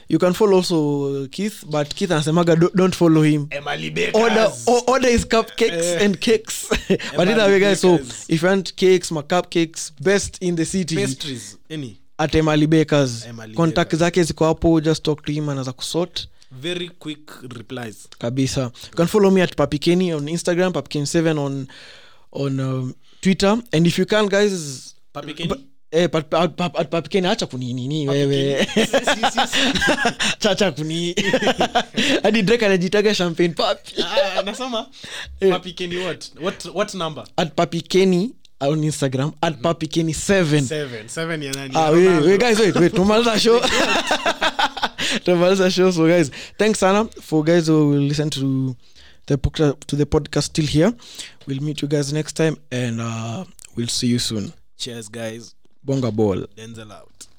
you can follow also keith but keith anasemaga "Don't- don't follow him
emily
order
bakers
o- order is cupcakes and cakes but either way guys so
Bakers.
if you want cakes my cupcakes best in the city
pastries any
at emali bakers
Emali
contact
Bakers.
zake ziko hapo just talk to him anaweza kusort
very quick replies
kabisa you can follow me at papikeni on instagram papikeni7 on on um, twitter and if you can guys
Papi Kenny?
But- eh, pa- pa- pa- at papikeni hacha kuninini wewe
Eh.
chacha kuni hadi drek anajitaga champagne papi
Ah, nasema Ah, papi Kenny what what what number
Eh, at papikeni on instagram at papikeni7
Mm. seven seven ya nani
Ah,
Ya
wait,
Ronaldo.
wait, guys, wait, wait. Tumaliza show. Tumaliza show. So, guys, thanks, Anna, for guys who will listen to the podca- to the podcast still here. We'll meet you guys next time, and uh, we'll see you soon.
cheers guys
Bonga ball.
denzel out